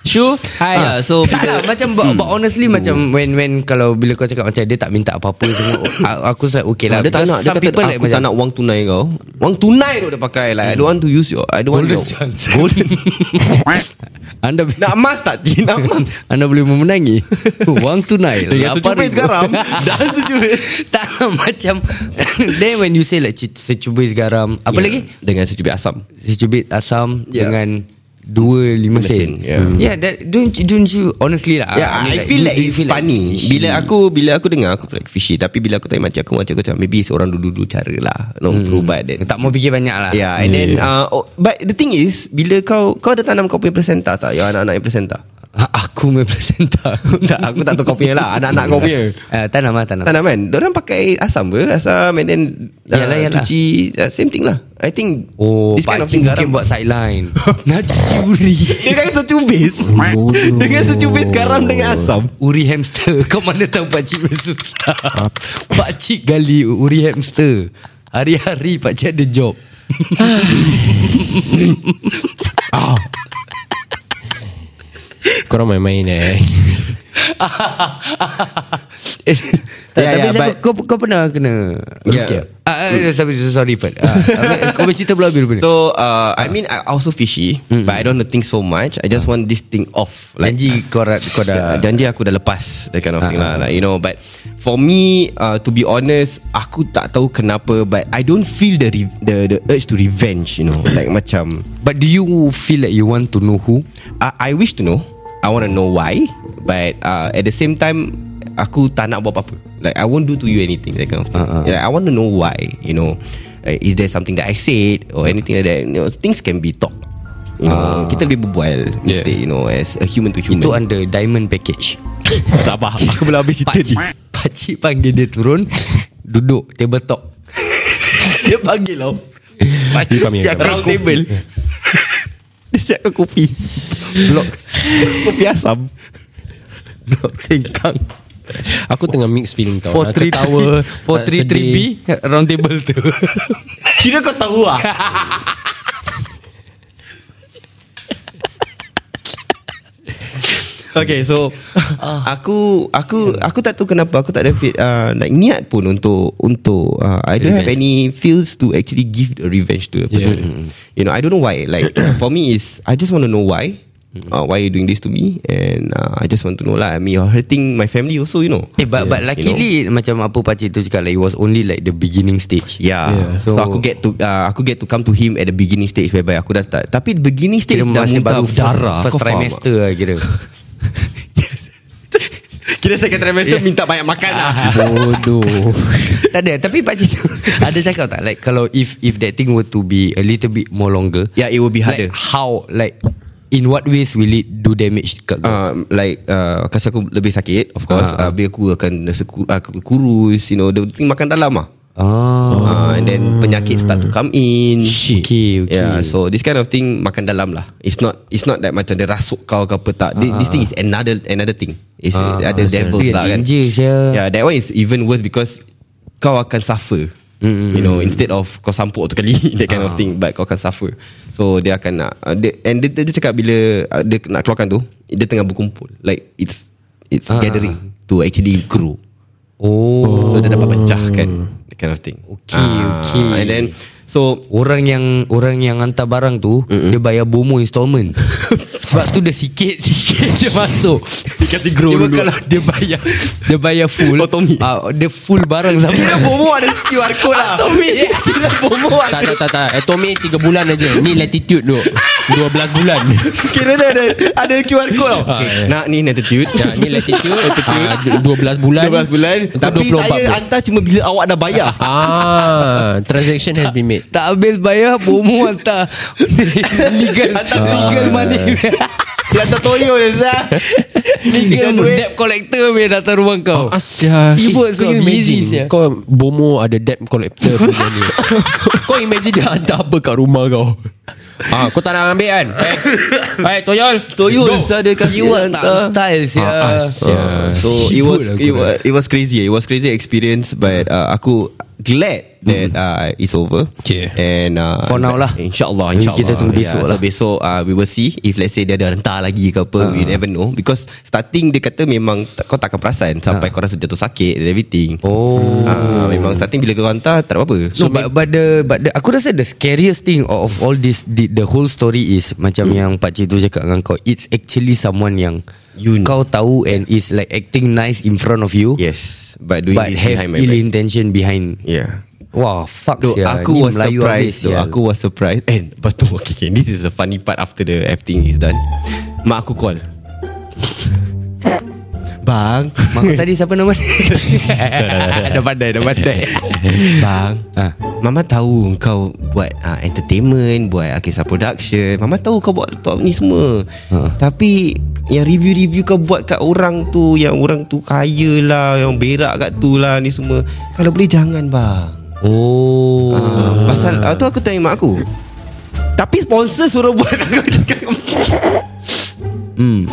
Speaker 3: Sure Hai
Speaker 4: Ah, so Hmm.
Speaker 3: Tak lah Macam but, but honestly Macam when when Kalau bila kau cakap Macam dia tak minta apa-apa semua a- Aku rasa okay lah
Speaker 4: Dia
Speaker 3: Because
Speaker 4: tak nak Dia
Speaker 3: some
Speaker 4: kata
Speaker 3: people like
Speaker 4: aku tak
Speaker 3: macam-
Speaker 4: nak wang tunai kau Wang tunai tu dia pakai Like I don't want to use your I don't
Speaker 3: Golden
Speaker 4: want your
Speaker 3: chance.
Speaker 4: Golden
Speaker 3: Anda
Speaker 4: Nak emas tak Ji Nak emas
Speaker 3: Anda boleh memenangi Wang tunai
Speaker 4: Dengan secubit
Speaker 3: RM8,000.
Speaker 4: garam Ya, Dan secubit
Speaker 3: Tak macam Then when you say like ci- Secubit garam Apa
Speaker 4: Ya.
Speaker 3: lagi
Speaker 4: Dengan secubit asam
Speaker 3: Secubit asam
Speaker 4: Yeah.
Speaker 3: Dengan Dua lima
Speaker 4: Ya. Lima sen,
Speaker 3: sen
Speaker 4: yeah.
Speaker 3: Yeah that, Don't you- don't you Honestly lah
Speaker 4: Yeah, Ya, I,
Speaker 3: mean,
Speaker 4: feel
Speaker 3: you-
Speaker 4: like
Speaker 3: you
Speaker 4: it's funny.
Speaker 3: it's fishy.
Speaker 4: bila aku bila aku dengar aku feel like fishy tapi bila aku tanya macam aku macam aku macam maybe seorang dulu-dulu cara lah no hmm. perubat that.
Speaker 3: Tak mau fikir banyak lah
Speaker 4: Yeah, and then uh, oh, but the thing is bila kau kau dah tanam kau punya placenta tak? Yang anak-anak yang placenta.
Speaker 3: A- Aku punya placenta
Speaker 4: tak, aku tak tahu kau punya lah, anak-anak kau punya.
Speaker 3: Eh, Tanam lah tanam
Speaker 4: Tanam kan Diorang pakai asam ke Asam and then uh,
Speaker 3: Yalah, yalah.
Speaker 4: Cuci uh, Same thing lah I think
Speaker 3: Oh
Speaker 4: this kind of
Speaker 3: pakcik
Speaker 4: thing
Speaker 3: mungkin
Speaker 4: garam
Speaker 3: buat sideline Nak cuci uri
Speaker 4: Dia kan secubis Dengan secubis garam dengan asam
Speaker 3: Uri hamster Kau mana tahu pakcik punya susah Pakcik gali uri hamster Hari-hari pakcik ada job
Speaker 6: Korang main-main eh.
Speaker 3: Eh, tak,
Speaker 4: Ya,
Speaker 3: Tapi
Speaker 4: ya,
Speaker 3: saya-
Speaker 4: but-
Speaker 3: kau, kau pernah kena
Speaker 6: Ya.
Speaker 3: yeah. ah, ah, Sorry, sorry Fad ah, habis- Kau punya cerita belum habis so,
Speaker 4: So uh, I mean I also fishy mm. But I don't want to think so much I just want this thing off Like
Speaker 3: Janji kau, ra- kau
Speaker 4: uh,
Speaker 3: dah
Speaker 4: Janji aku dah lepas That kind of thing lah
Speaker 3: Ah,
Speaker 4: like, You know But for me uh, To be honest Aku tak tahu kenapa But I don't feel the re- the, the urge to revenge You know Like macam
Speaker 3: But do you feel like you want to know who?
Speaker 4: I, I wish to know I want to know why But uh, At the same time Aku tak nak buat apa-apa Like I won't do to you anything That kind of thing
Speaker 3: Ah, ah.
Speaker 4: yeah, I want to know why You know uh, Is there something that I said Or anything like that you know, Things can be talked You know, Kita boleh berbual
Speaker 6: Yeah.
Speaker 4: Instead you know As a human to human
Speaker 3: Itu under diamond package
Speaker 4: Sabar Aku belum habis cerita
Speaker 3: Pakcik,
Speaker 4: ni
Speaker 3: pakcik panggil dia turun Duduk table talk
Speaker 4: Dia panggil tau
Speaker 3: Pakcik
Speaker 6: kami yang
Speaker 4: Round table Dia siapkan kopi
Speaker 3: Blok
Speaker 4: Kopi asam
Speaker 3: Blok sengkang
Speaker 6: Aku tengah mixed feeling tau. Nak
Speaker 3: 433
Speaker 6: ketawa, nak sedih.
Speaker 3: 433B Round table tu
Speaker 4: Kira kau tahu lah Okay so Aku Aku Aku tak tahu kenapa Aku tak ada feel, uh, like, Niat pun untuk Untuk uh, I don't have any Feels to actually Give a revenge to the person You know I don't know why Like for me is I just want to know why uh, Why you doing this to me And uh, I just want to know lah I mean you're hurting my family also you know
Speaker 3: Eh, but, but luckily Macam apa pakcik tu cakap like, It was only like The beginning stage Yeah,
Speaker 4: Yeah.
Speaker 3: so-
Speaker 4: So, Ya, so aku get to uh, aku get to come to him at the beginning stage whereby aku dah tak. Tapi the beginning stage
Speaker 3: Kira
Speaker 4: dah
Speaker 3: masih
Speaker 4: muntah
Speaker 3: baru
Speaker 4: darah.
Speaker 3: First, first
Speaker 4: Kau faham tak?
Speaker 3: trimester lah kira
Speaker 4: Kira second trimester yeah. minta banyak makan lah.
Speaker 6: Bodoh
Speaker 3: Tak ada Tapi pakcik tu Ada cakap tak Like kalau if If that thing were to be A little bit more longer
Speaker 4: Yeah, Ya, it will be harder.
Speaker 3: Like how Like In what ways will it Do damage kat kau
Speaker 4: Um, like uh, Kasi aku lebih sakit Of course
Speaker 3: Uh-huh.
Speaker 4: uh, Habis aku akan rasa ku, uh, kurus You know The thing makan dalam lah
Speaker 3: Ah,
Speaker 4: uh, And then penyakit start to come in
Speaker 3: Shit. Okay, okay.
Speaker 4: Yeah so This kind of thing Makan dalam lah It's not It's not that macam Dia rasuk kau ke apa tak Thi- This
Speaker 3: Ah.
Speaker 4: thing is another Another thing It's uh, Other devils
Speaker 3: Itu yang
Speaker 4: lah kan
Speaker 3: danger sia.
Speaker 4: Yeah that one is even worse Because Kau akan suffer Mm-hmm. You know Instead of Kau sampuk tu kali That kind
Speaker 3: Ah.
Speaker 4: uh. of thing But kau akan suffer So dia akan nak uh, dia, And dia, dia cakap bila uh, Dia nak keluarkan tu Dia tengah berkumpul Like it's It's
Speaker 3: Ah.
Speaker 4: uh. gathering To actually grow
Speaker 3: Oh
Speaker 4: So dia dapat pecahkan That kind of thing
Speaker 3: Okay,
Speaker 4: Ah,
Speaker 3: okay.
Speaker 4: And then So
Speaker 3: Orang yang Orang yang hantar barang tu mm Dia bayar bomo installment Sebab tu dia sikit-sikit Dia masuk Dia
Speaker 4: kasi grow
Speaker 3: Cuma
Speaker 4: dulu.
Speaker 3: kalau dia bayar Dia bayar full
Speaker 4: Oh, Tommy.
Speaker 3: ah, Dia full barang sampai
Speaker 4: Kira bomo ada QR code lah
Speaker 3: Tommy
Speaker 4: Kira bomo
Speaker 6: Tak
Speaker 4: ada
Speaker 6: tak tak tak Atomi 3 bulan aja Ni latitude duk 12 bulan
Speaker 4: Kira dia ada Ada QR code tau okay.
Speaker 6: Ah, ya.
Speaker 4: Nak ni latitude
Speaker 6: Ya, Ni latitude ah, du-
Speaker 4: 12
Speaker 6: 12 bulan
Speaker 4: bulan
Speaker 6: Lepas tu
Speaker 4: Tapi
Speaker 6: 24
Speaker 4: saya
Speaker 6: bulan.
Speaker 4: hantar cuma bila awak dah bayar
Speaker 6: Ah Transaction has been made
Speaker 3: Tak habis bayar Bomo hantar Legal Legal money
Speaker 4: Dia hantar toyo dia Zah
Speaker 3: Legal
Speaker 4: Legal duit.
Speaker 3: Debt collector Biar datang rumah kau
Speaker 6: Ah, Asya
Speaker 3: Ibu, so
Speaker 6: Kau
Speaker 3: you busy, sia.
Speaker 4: ya?
Speaker 6: imagine Kau bomo ada debt collector punya ni. Kau imagine dia hantar apa kat rumah kau Ah, kau tak nak ambil kan? Eh, hey, toyol.
Speaker 4: Toyo Zah dia kasi
Speaker 3: You are tak style sia
Speaker 6: Ah, lah Asya.
Speaker 4: So it was it was, it was crazy. It was crazy experience but uh, aku glad that uh, it's over.
Speaker 6: Okay.
Speaker 4: And uh,
Speaker 3: For now lah.
Speaker 4: Insyaallah
Speaker 3: Kita
Speaker 4: insyaallah.
Speaker 3: tunggu besok lah.
Speaker 4: So besok uh, we will see if let's say dia ada rentar lagi ke apa
Speaker 3: Ah.
Speaker 4: we never know because starting dia kata memang tak- kau takkan perasan sampai kau rasa jatuh sakit and everything.
Speaker 3: Ah. Oh
Speaker 4: Uh, memang starting bila kau hantar tak ada apa-apa.
Speaker 3: So but, but the but the, aku rasa the scariest thing of all this the, the whole story is
Speaker 4: Hmm.
Speaker 3: macam yang pak cik tu cakap dengan kau it's actually someone yang
Speaker 4: You know.
Speaker 3: kau tahu and is like acting nice in front of you
Speaker 4: yes, but doing
Speaker 3: but
Speaker 4: this
Speaker 3: have
Speaker 4: behind my
Speaker 3: ill
Speaker 4: back.
Speaker 3: intention behind.
Speaker 4: Yeah.
Speaker 3: Wah fuck
Speaker 4: Dude,
Speaker 3: sia.
Speaker 4: aku
Speaker 3: Ni
Speaker 4: was
Speaker 3: Melayu
Speaker 4: surprised
Speaker 3: habis,
Speaker 4: though.
Speaker 3: sial.
Speaker 4: Aku was surprised And Lepas tu okay, okay, This is the funny part After the everything is done Mak aku call Bang
Speaker 3: Mak kau tadi siapa nama dia? dah pandai Dah pandai
Speaker 4: Bang
Speaker 3: Ah.
Speaker 4: Mama tahu kau buat uh, entertainment Buat Akisa production Mama tahu kau buat top ni semua
Speaker 3: Ha.
Speaker 4: Tapi Yang review-review kau buat kat orang tu Yang orang tu kaya lah Yang berak kat tu lah Ni semua Kalau boleh jangan bang
Speaker 3: Oh
Speaker 4: Ah, Pasal ah, tu aku tanya mak aku Tapi sponsor suruh buat Aku cakap Hmm.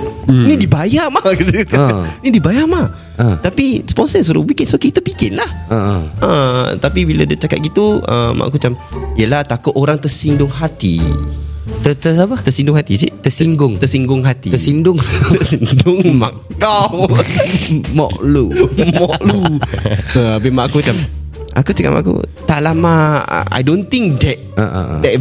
Speaker 4: Ni dibayar mah
Speaker 3: Ah.
Speaker 4: Ni dibayar mah
Speaker 3: Ah.
Speaker 4: Tapi sponsor suruh bikin So kita bikin lah
Speaker 3: Ah, ah.
Speaker 4: Ah, Tapi bila dia cakap gitu ah, Mak aku macam Yelah takut orang tersinggung hati
Speaker 3: Ter, ter apa?
Speaker 4: Tersinggung hati sih
Speaker 3: Tersinggung
Speaker 4: Tersinggung hati
Speaker 3: Tersindung
Speaker 4: Tersinggung mak kau
Speaker 3: Mok lu
Speaker 4: Mok lu Ah, Habis mak aku macam Aku cakap mak aku Tak lama I don't think that
Speaker 3: Ah, ah, ah.
Speaker 4: That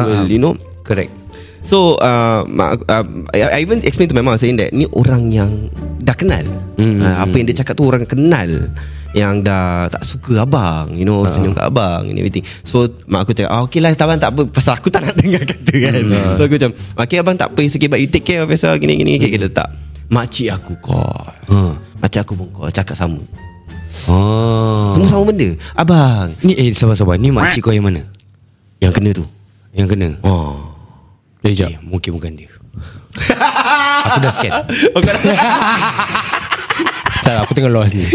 Speaker 3: Ah, ah.
Speaker 4: will, You know
Speaker 3: Correct
Speaker 4: So uh, mak, aku- uh, I, I even explain to my mom Saying that Ni orang yang Dah kenal mm. uh, Apa yang dia cakap tu Orang kenal Yang dah Tak suka abang You
Speaker 3: Ah,
Speaker 4: know Senyum kat abang And everything So mak aku cakap oh, Okay lah abang tak apa Pasal aku tak nak dengar kata kan
Speaker 3: Mm, ah.
Speaker 4: So aku macam Okay abang tak apa It's okay but you take care of yourself Gini gini
Speaker 3: Mm.
Speaker 4: gini Kita letak Makcik aku call
Speaker 3: Ah.
Speaker 4: Makcik aku pun call Cakap sama
Speaker 3: Oh
Speaker 4: Semua sama benda Abang
Speaker 3: Ni eh sabar-sabar Ni makcik kau yang mana?
Speaker 4: Yang kena tu
Speaker 3: Yang kena
Speaker 4: Oh
Speaker 3: Eh jap Mungkin bukan dia Aku dah scan
Speaker 6: Tak, aku tengah lost ni.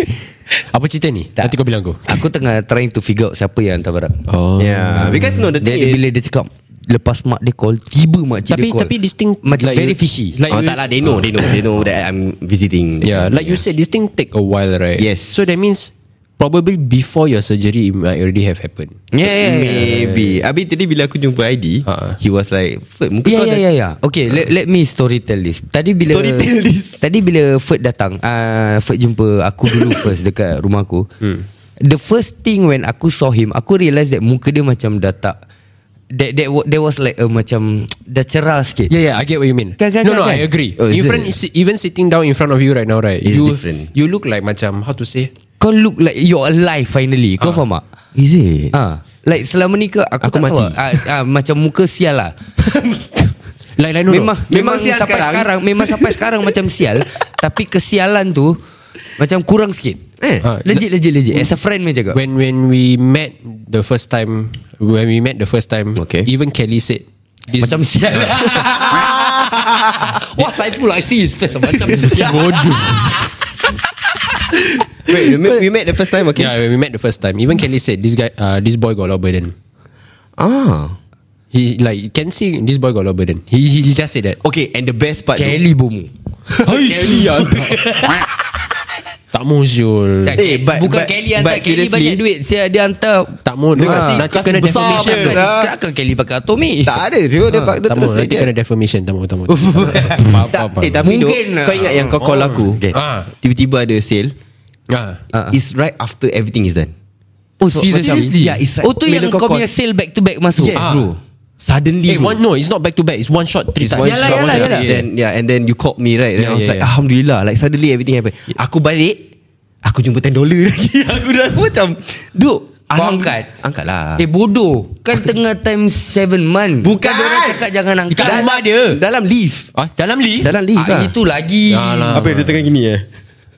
Speaker 6: Apa cerita ni? Nanti kau bilang aku.
Speaker 3: Aku tengah trying to figure out Siapa yang hantar barang
Speaker 6: Oh.
Speaker 4: Yeah Ya, Because no the
Speaker 3: Dia,
Speaker 4: thing
Speaker 3: dia
Speaker 4: is
Speaker 3: bila dia cakap Lepas mak dia call Tiba makcik
Speaker 6: Tapi
Speaker 3: dia call
Speaker 6: tapi this thing
Speaker 3: Macam
Speaker 6: like
Speaker 3: very
Speaker 6: you-
Speaker 3: fishy
Speaker 6: Like
Speaker 4: oh,
Speaker 6: you-
Speaker 4: tak lah, they know, they know, they know that I'm visiting.
Speaker 6: Ya, Yeah, like you said, this thing take a while, right?
Speaker 4: Yes.
Speaker 6: So that means probably before your surgery it might already have happened.
Speaker 3: Yeah, yeah, yeah.
Speaker 4: Maybe Habis tadi bila aku jumpa ID
Speaker 6: Ha.
Speaker 4: He was like Fert muka
Speaker 3: Yeah, yeah,
Speaker 4: kau dah
Speaker 3: yeah, yeah. ya, Okay, let, let me story tell this. Tadi bila
Speaker 4: Story tell this.
Speaker 3: Tadi bila Ferd datang, uh, Ferd jumpa aku dulu first dekat rumah aku. Hmm. The first thing when aku saw him, aku realise that muka dia macam dah tak that that wa- there was like a macam dah cerah sikit.
Speaker 4: Ya.
Speaker 6: Yeah, yeah, I get what you mean.
Speaker 3: Kan, kan,
Speaker 6: no, no,
Speaker 3: kan,
Speaker 6: I
Speaker 3: kan?
Speaker 6: agree.
Speaker 3: Oh, is
Speaker 6: in
Speaker 3: it?
Speaker 6: front, even sitting down in front of you right now, right?
Speaker 4: It's
Speaker 6: you
Speaker 4: different.
Speaker 6: you look like macam how to say?
Speaker 3: Kau look like you're alive finally. Kau faham tak?
Speaker 4: Is it?
Speaker 3: Ah, like selama ni ke aku,
Speaker 4: Ah. Ya. Aku
Speaker 3: tak tahu.
Speaker 4: mati.
Speaker 3: Ah, ah, macam muka sial lah.
Speaker 6: Like, like no,
Speaker 3: memang,
Speaker 6: no.
Speaker 3: memang
Speaker 4: Memang sial
Speaker 3: sampai sekarang.
Speaker 4: sekarang.
Speaker 3: Memang sampai sekarang macam sial Tapi kesialan tu Macam kurang sikit Ha,
Speaker 4: Eh.
Speaker 6: Ah,
Speaker 3: Legit legit legit As a friend punya cakap
Speaker 6: When when we met the first time, when we met the first time,
Speaker 4: Okay.
Speaker 6: even Kelly said, this,
Speaker 3: Macam sial Wah Saiful I see his face Macam sial Bodoh
Speaker 4: Wait, we met, we met the first time okay?
Speaker 6: yeah, when we met the first time, even Kelly said this guy, uh, this boy got a lot of burden.
Speaker 4: Ah.
Speaker 6: He like you can see this boy got a lot of burden. He he just said that.
Speaker 4: Okay, and the best part
Speaker 3: Kelly bomu
Speaker 6: Kelly ya. tak mau Syul.
Speaker 3: eh,
Speaker 4: Eh, but-
Speaker 3: Bukan
Speaker 4: but-
Speaker 3: Kelly hantar
Speaker 4: but
Speaker 3: Kelly
Speaker 4: seriously-
Speaker 3: banyak duit Sial dia hantar
Speaker 6: Tak mau
Speaker 4: Dia
Speaker 6: dia
Speaker 4: kasi-
Speaker 6: nanti
Speaker 4: kasi
Speaker 6: kena
Speaker 4: besar
Speaker 6: defamation.
Speaker 4: pun. Ah.
Speaker 3: Kenapa Kelly pakai Tommy
Speaker 4: tu Tak ada Dia, dia, dia
Speaker 6: Tak mau
Speaker 3: eh.
Speaker 4: terus
Speaker 6: nanti
Speaker 4: saja
Speaker 6: kena defamation Tak mau tak mau Faham,
Speaker 4: tak,
Speaker 6: faham, faham.
Speaker 4: eh tapi dok,
Speaker 3: Mungkin,
Speaker 4: kau ingat yang kau call aku
Speaker 3: Okay.
Speaker 6: Ah.
Speaker 4: Tiba-tiba ada sale
Speaker 6: Ah.
Speaker 3: Ah.
Speaker 4: It's right after everything is done
Speaker 3: Oh
Speaker 4: seriously? Yeah, it's like
Speaker 3: Oh tu
Speaker 4: bila
Speaker 3: yang
Speaker 4: kau
Speaker 3: kau punya
Speaker 4: call-
Speaker 3: sale back to back masuk Ah.
Speaker 4: Yes bro Suddenly
Speaker 6: Eh
Speaker 4: bro.
Speaker 6: one no It's not back to back It's one shot Three
Speaker 4: It's
Speaker 6: times
Speaker 4: one
Speaker 3: Yalah,
Speaker 4: shot,
Speaker 3: yalah,
Speaker 4: one
Speaker 3: yalah.
Speaker 4: shot. Then, yeah, and then you called me right Then
Speaker 6: Yeah,
Speaker 4: I was
Speaker 6: yeah,
Speaker 4: like
Speaker 6: yeah.
Speaker 4: Alhamdulillah Like suddenly everything happened Aku balik Aku jumpa 10 dollar lagi Aku dah macam Duk alham-
Speaker 3: angkat?
Speaker 4: Angkat lah
Speaker 3: Eh bodoh Kan tengah time 7 month
Speaker 4: Bukan.
Speaker 3: Kan diorang cakap jangan angkat
Speaker 6: Kat rumah dia
Speaker 4: Dalam lift
Speaker 6: Ah, Dalam lift
Speaker 4: Dalam lift
Speaker 3: ah,
Speaker 4: lah
Speaker 3: Itu lagi
Speaker 6: Alah.
Speaker 4: Apa dia tengah gini eh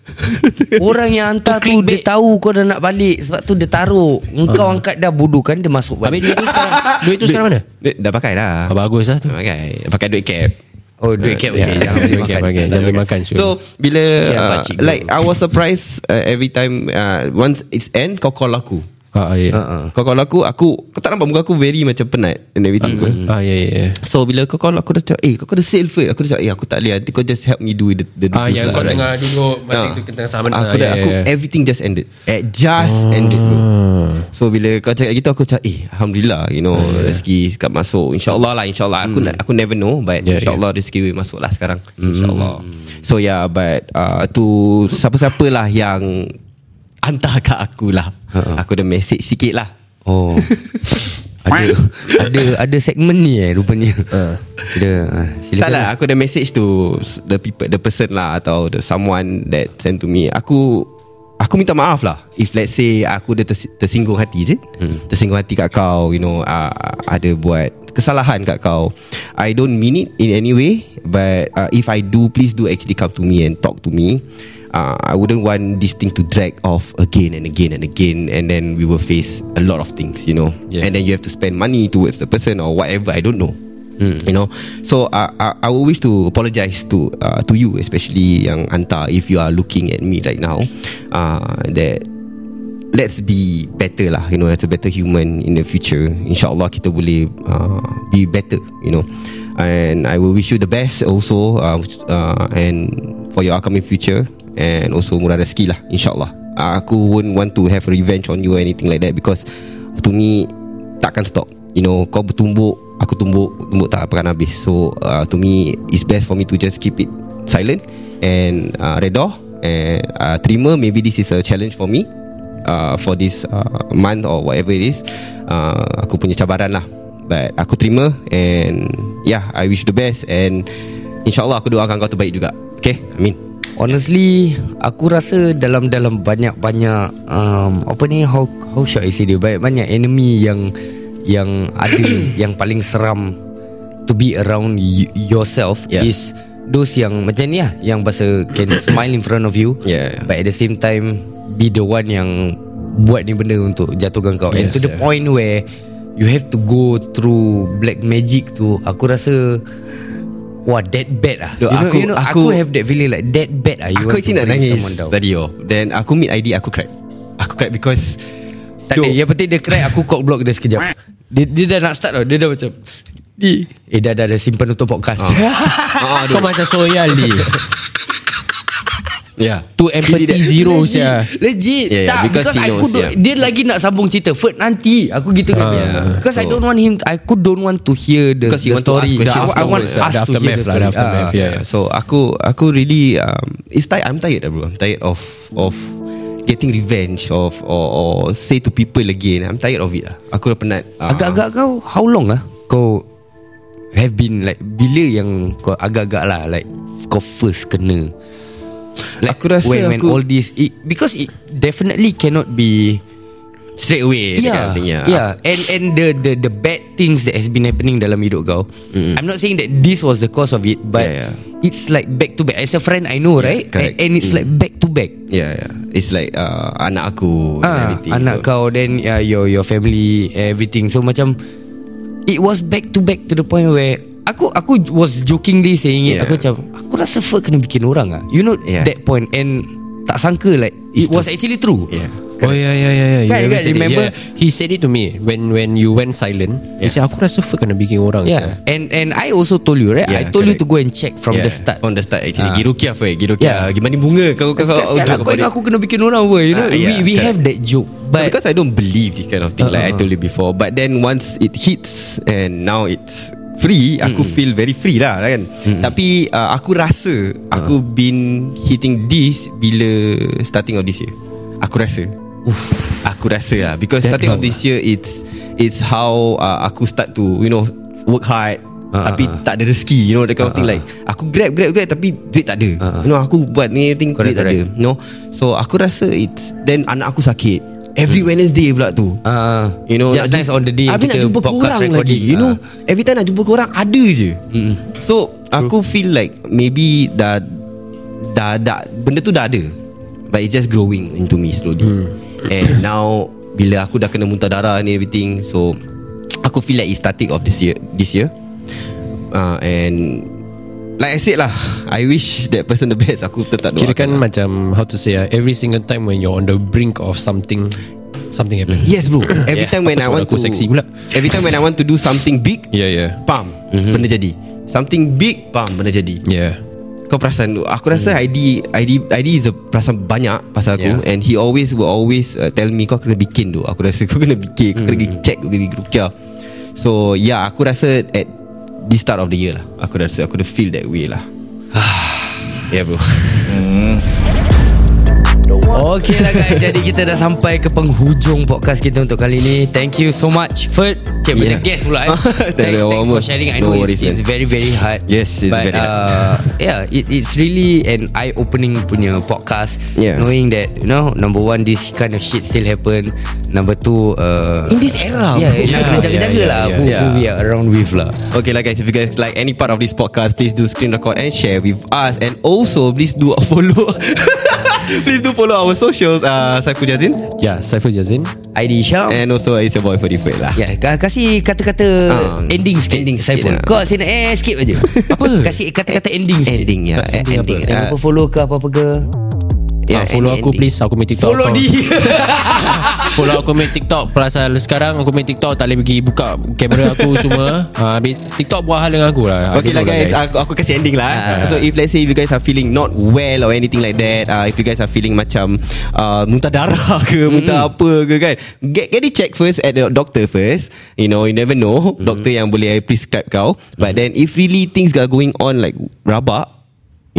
Speaker 3: Orang yang hantar tu Dia tahu kau dah nak balik Sebab tu dia taruh Engkau
Speaker 6: Ah.
Speaker 3: angkat dah bodoh kan Dia masuk
Speaker 6: Habis
Speaker 3: balik
Speaker 6: duit tu sekarang Duit tu sekarang mana?
Speaker 4: Dia Dah pakai dah
Speaker 6: Ah, Bagus lah tu
Speaker 4: Pakai Pakai duit cap
Speaker 3: Oh duit cap okay,
Speaker 6: Yeah,
Speaker 3: Jangan
Speaker 6: Ya, duit
Speaker 3: boleh
Speaker 6: cap,
Speaker 3: makan
Speaker 6: okay. Jangan boleh makan Syul.
Speaker 4: So bila
Speaker 3: Siapa
Speaker 4: uh,
Speaker 3: cikgu?
Speaker 4: Like I was surprised uh, Every time uh, Once it's end Kau call aku
Speaker 6: Ah, ah, yeah.
Speaker 3: Ah.
Speaker 4: Kau call aku Aku Kau tak nampak muka aku Very macam penat And everything mm.
Speaker 6: Ah, yeah, yeah, yeah.
Speaker 4: So bila kau call Aku dah cakap Eh kau kena sale first Aku dah cakap Eh aku tak boleh Nanti kau just help me do the, the
Speaker 6: Ah,
Speaker 4: the- the-
Speaker 6: yang kau
Speaker 4: right.
Speaker 6: tengah duduk Macam
Speaker 4: Ah.
Speaker 6: tu tengah ya, sama
Speaker 4: Aku dah aku Everything just ended It just
Speaker 6: Ah.
Speaker 4: ended bro. So bila kau cakap gitu Aku cakap Eh Alhamdulillah You know
Speaker 6: Ah, ya.
Speaker 4: Rezeki kat masuk InsyaAllah lah InsyaAllah
Speaker 6: Hmm.
Speaker 4: Aku nak- aku never know But
Speaker 6: Yeah,
Speaker 4: insyaAllah Rezeki will masuk lah sekarang
Speaker 6: Hmm,
Speaker 4: InsyaAllah So yeah But uh, To Siapa-siapa lah yang Hantar kat aku lah
Speaker 6: Ha,
Speaker 4: Aku ada message sikit lah
Speaker 3: Oh ada, ada ada segmen ni eh rupanya Ada ah,
Speaker 4: Tak
Speaker 3: Silakan
Speaker 4: lah Aku ada message to The people The person lah Atau the someone That send to me Aku Aku minta maaf lah If let's say Aku ada tersi- tersinggung hati je hmm. Tersinggung hati kat kau You know uh, Ada buat Kesalahan kat kau I don't mean it In any way But uh, If I do Please do actually come to me And talk to me uh, I wouldn't want This thing to drag off Again and again and again And then we will face A lot of things You know
Speaker 6: Yeah.
Speaker 4: And then you have to spend money Towards the person Or whatever I don't know Mm. You know So uh, I, I would wish to apologise to uh, To you especially Yang hantar If you are looking at me right now uh, That Let's be better lah You know As a better human In the future InsyaAllah kita boleh uh, Be better You know And I will wish you the best also uh, uh, And For your upcoming future And also murah rezeki lah InsyaAllah uh, Aku won't want to have revenge on you Or anything like that Because To me takkan stop you know kau bertumbuk aku tumbuk tumbuk tak akan habis so uh, to me it's best for me to just keep it silent and uh, redah and uh, terima maybe this is a challenge for me uh, for this uh, month or whatever it is uh, aku punya cabaran lah but aku terima and yeah I wish you the best and insyaAllah aku doakan kau terbaik juga okay amin
Speaker 3: Honestly Aku rasa dalam dalam banyak-banyak um, Apa ni How how should I say dia Banyak-banyak enemy yang Yang ada Yang paling seram To be around y- yourself yeah.
Speaker 4: Yeah.
Speaker 3: Is Those yang macam ni lah Yang bahasa Can smile in front of you
Speaker 4: Yeah.
Speaker 3: But at the same time Be the one yang Buat ni benda untuk Jatuhkan kau And
Speaker 6: Yes,
Speaker 3: to the
Speaker 6: yeah.
Speaker 3: point where You have to go through Black magic tu Aku rasa Wah that bad lah
Speaker 4: Look,
Speaker 3: you know,
Speaker 4: aku-
Speaker 3: you know,
Speaker 4: aku-
Speaker 3: aku, have that feeling like that bad lah. You
Speaker 4: aku
Speaker 3: want to
Speaker 4: actually nak
Speaker 3: bring
Speaker 4: nangis
Speaker 3: someone down.
Speaker 4: tadi oh then aku meet ID aku crack aku crack because
Speaker 3: Tak ada Yang penting dia cry Aku cock block dia sekejap dia, dia dah nak start tau Dia dah macam "Di." Eh dah
Speaker 4: Oh.
Speaker 3: dah dah simpan untuk podcast
Speaker 6: Kau macam soya li
Speaker 4: Yeah.
Speaker 6: Tu empathy zero
Speaker 3: Legit.
Speaker 6: sia.
Speaker 3: Legit
Speaker 4: Yeah, yeah,
Speaker 3: tak, Ya, Because,
Speaker 4: because he
Speaker 3: I
Speaker 4: knows,
Speaker 3: could do,
Speaker 4: yeah. Ah,
Speaker 3: Dia lagi nak sambung cerita First nanti Aku gitu kan dia. Because I don't want him I could don't want to hear The,
Speaker 4: Because
Speaker 3: the
Speaker 4: he want to ask
Speaker 3: story
Speaker 4: questions
Speaker 3: the, I want
Speaker 4: afterwards,
Speaker 3: us
Speaker 6: the
Speaker 3: to hear
Speaker 6: aftermath
Speaker 3: the
Speaker 6: lah,
Speaker 3: story
Speaker 6: the aftermath,
Speaker 3: Ah.
Speaker 6: yeah.
Speaker 4: Yeah. So aku aku really um, it's tired. I'm tired, bro. I'm tired of of getting revenge of or, or say to people again. I'm tired of it. lah. Aku dah penat. Ah.
Speaker 3: Agak-agak kau How long lah Kau Have been like Bila yang Kau agak-agak lah Like Kau first kena Like
Speaker 4: Aku rasa
Speaker 3: when, when
Speaker 4: aku-
Speaker 3: all this it, Because it Definitely cannot be
Speaker 4: straight away. that kind of thing,
Speaker 3: yeah. yeah. And and the the the bad things that has been happening dalam hidup kau. Mm. I'm not saying that this was the cause of it, but
Speaker 4: Yeah, yeah.
Speaker 3: it's like back to back. As a friend, I know, right?
Speaker 4: correct. Mm.
Speaker 3: And, and it's like back to back.
Speaker 4: Yeah, yeah. Ya, It's like uh, anak aku and
Speaker 3: Ah,
Speaker 4: everything.
Speaker 3: anak
Speaker 4: so,
Speaker 3: kau then uh, your your family everything. So macam it was back to back to the point where aku aku was jokingly saying it.
Speaker 4: Yeah.
Speaker 3: Aku macam aku rasa fuck kena bikin orang ah. You know
Speaker 4: Yeah.
Speaker 3: that point and tak sangka like it
Speaker 4: It's
Speaker 3: was actually true.
Speaker 4: Yeah.
Speaker 6: Oh yeah yeah yeah yeah. You
Speaker 3: Kan,
Speaker 6: ever
Speaker 3: kan,
Speaker 6: said it.
Speaker 3: remember?
Speaker 6: Yeah. He said it to me when when you went silent. Yeah. He said aku rasa fuck kena bikin orang
Speaker 3: Yeah.
Speaker 6: sia.
Speaker 3: And and I also told you, right? I
Speaker 4: Yeah,
Speaker 3: told you to
Speaker 4: correct.
Speaker 3: go and check from
Speaker 4: yeah, Oh,
Speaker 3: the start.
Speaker 4: From the start actually.
Speaker 3: Ah.
Speaker 4: Girukiah first. Girukiah.
Speaker 3: Yeah.
Speaker 4: Gimana bunga kau kau
Speaker 3: Kau
Speaker 4: kau joke
Speaker 3: Sial lah, aku
Speaker 4: about it.
Speaker 3: ingat aku kena bikin orang apa You know
Speaker 4: Ah,
Speaker 3: We
Speaker 4: yeah,
Speaker 3: we
Speaker 4: correct.
Speaker 3: have that joke
Speaker 4: But
Speaker 3: But
Speaker 4: because I don't believe this kind of thing, like I
Speaker 3: Uh-uh.
Speaker 4: told you before. But then once it hits and now it's free, aku feel very free lah kan. Tapi uh, aku rasa aku been hitting this bila starting of this year. Aku rasa. Aku rasa lah because
Speaker 6: That
Speaker 4: starting of
Speaker 6: long
Speaker 4: this year it's it's how uh, aku start to you know work hard.
Speaker 3: Ah,
Speaker 4: tapi
Speaker 3: ah,
Speaker 4: tak ada rezeki You know that kind of thing Like Aku grab grab grab Tapi duit tak ada You know aku buat ni Everything
Speaker 3: Correct,
Speaker 4: duit tak ada
Speaker 3: correct.
Speaker 4: You know So aku rasa it's Then anak aku sakit Every Wednesday pula tu
Speaker 3: uh,
Speaker 4: You know
Speaker 3: Hmm. Just
Speaker 4: nak
Speaker 3: nice
Speaker 4: jumpa-
Speaker 3: on the day
Speaker 4: Habis nak
Speaker 3: kita
Speaker 4: jumpa
Speaker 3: podcast
Speaker 4: korang lagi
Speaker 3: recording,
Speaker 4: You know
Speaker 3: ah. Hmm.
Speaker 4: Every time nak jumpa korang Ada je So Aku feel like Maybe dah, dah Dah Benda tu dah ada But it's just growing Into me slowly
Speaker 3: Hmm.
Speaker 4: And now Bila aku dah kena muntah darah ni Everything So Aku feel like It's starting of this year This year uh, And Like I said lah I wish that person the best Aku tetap doakan
Speaker 6: Kira kan macam how to say ah, every single time when you're on the brink of something something happen.
Speaker 4: Yes bro Every
Speaker 6: Yeah.
Speaker 4: time when
Speaker 6: Apa
Speaker 4: I want
Speaker 6: suara aku
Speaker 4: to
Speaker 6: seksi pula?
Speaker 4: Every time when I want to do something big
Speaker 6: Yeah yeah.
Speaker 4: Pam mm-hmm. Benda jadi Something big Pam benda jadi
Speaker 6: Yeah. Mm-hmm.
Speaker 4: Kau perasan tu Aku rasa ID ID ID is a perasan banyak Pasal aku
Speaker 3: Yeah.
Speaker 4: And he always Will always uh, tell me Kau kena bikin tu Aku rasa kau kena bikin Kau kena pergi
Speaker 6: Mm-hmm.
Speaker 4: check Kau kena pergi rukia So yeah Aku rasa At the start of the year lah Aku rasa Aku dah feel that way lah Yeah bro
Speaker 3: Okay lah guys Jadi kita dah sampai Ke penghujung podcast kita Untuk kali ni Thank you so much Ferd Cik macam
Speaker 4: Yeah.
Speaker 3: guest pula eh.
Speaker 4: Ya. Tak
Speaker 3: Thank- Thanks
Speaker 4: ada
Speaker 3: for
Speaker 4: apa-apa.
Speaker 3: sharing I
Speaker 4: No
Speaker 3: know it's,
Speaker 4: worries, man.
Speaker 3: it's very very hard
Speaker 4: Yes, it's
Speaker 3: But,
Speaker 4: very hard.
Speaker 3: uh, Yeah it, It's really An eye opening punya podcast
Speaker 4: Yeah.
Speaker 3: Knowing that You know Number one This kind of shit still happen Number two uh,
Speaker 4: In this era,
Speaker 3: Yeah, yeah,
Speaker 4: bro.
Speaker 6: Yeah,
Speaker 3: Nak kena jaga-jaga
Speaker 6: yeah,
Speaker 3: lah
Speaker 6: yeah,
Speaker 3: who,
Speaker 4: yeah.
Speaker 3: who we are around with lah
Speaker 4: Okay lah guys If you guys like any part of this podcast Please do screen record And share with us And also Please do follow Please do follow our socials uh, Saiful Jazin
Speaker 6: Yeah, Ya, Saiful Jazin.
Speaker 3: ID Syam
Speaker 4: And also It's your boy for the lah
Speaker 3: Ya, ka- kasih kata-kata
Speaker 4: Ah,
Speaker 3: ending sikit.
Speaker 4: ending sikit
Speaker 3: Saiful.
Speaker 4: lah.
Speaker 3: Kau sini eh skip aja. apa? Kasih kata-kata ending sikit.
Speaker 4: Ending ya
Speaker 3: Eh,
Speaker 4: Ending,
Speaker 3: Ending.
Speaker 4: ah,
Speaker 3: Jangan lupa follow ke apa-apa ke.
Speaker 6: Yeah, ah, follow
Speaker 4: ending,
Speaker 6: aku
Speaker 4: ending.
Speaker 6: please Aku main TikTok
Speaker 4: Follow
Speaker 6: account.
Speaker 4: di
Speaker 6: Follow aku main TikTok Pasal sekarang Aku main TikTok Tak boleh pergi buka Kamera aku semua ha, Habis TikTok buat hal dengan aku lah
Speaker 4: Okay lah guys Aku, aku kasih ending lah uh. So if let's say If you guys are feeling Not well or anything like that uh, If you guys are feeling macam uh, Muntah darah ke Muntah apa ke kan Get get it check first At the doctor first You know You never know Doctor yang boleh eh, Prescribe kau But then If really things are going on Like rabak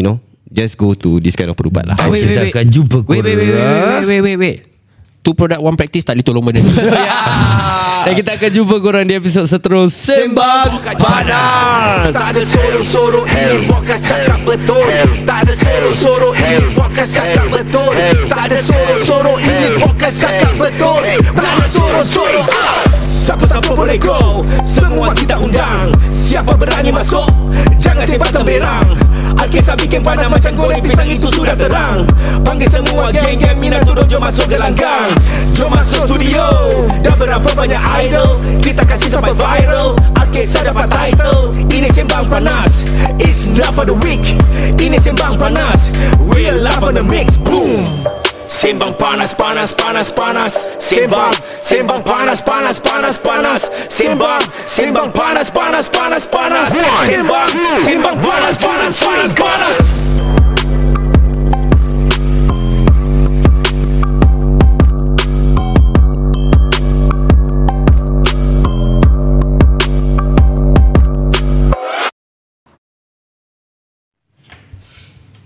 Speaker 4: You know Just go to This kind of perubat lah
Speaker 3: Ah, wait, wait, wait. Kita akan jumpa
Speaker 6: Wait wait wait wait wait wait wait wait Two product one practice Tak boleh tolong benda ni
Speaker 3: Dan kita akan jumpa korang di episod seterusnya.
Speaker 4: Sembang Panas
Speaker 5: Tak ada sorok-sorok Ini podcast cakap betul Tak ada sorok-sorok Ini podcast cakap betul Tak ada sorok-sorok Ini podcast cakap betul Tak ada sorok-sorok ah! Siapa-siapa boleh go Semua kita undang Siapa berani masuk Jangan sebar temberang Alkisah bikin panas macam goreng pisang itu sudah terang Panggil semua geng-geng minat turun jom masuk ke langgang Jom masuk studio Dah berapa banyak idol Kita kasih sampai viral Alkisah dapat title Ini sembang panas It's not for the weak Ini sembang panas Real love on the mix Boom Sembang panas, panas, panas, panas Sembang, sembang panas, panas, panas, panas Sembang, sembang panas, panas, panas, panas Sembang, sembang panas, panas, panas, panas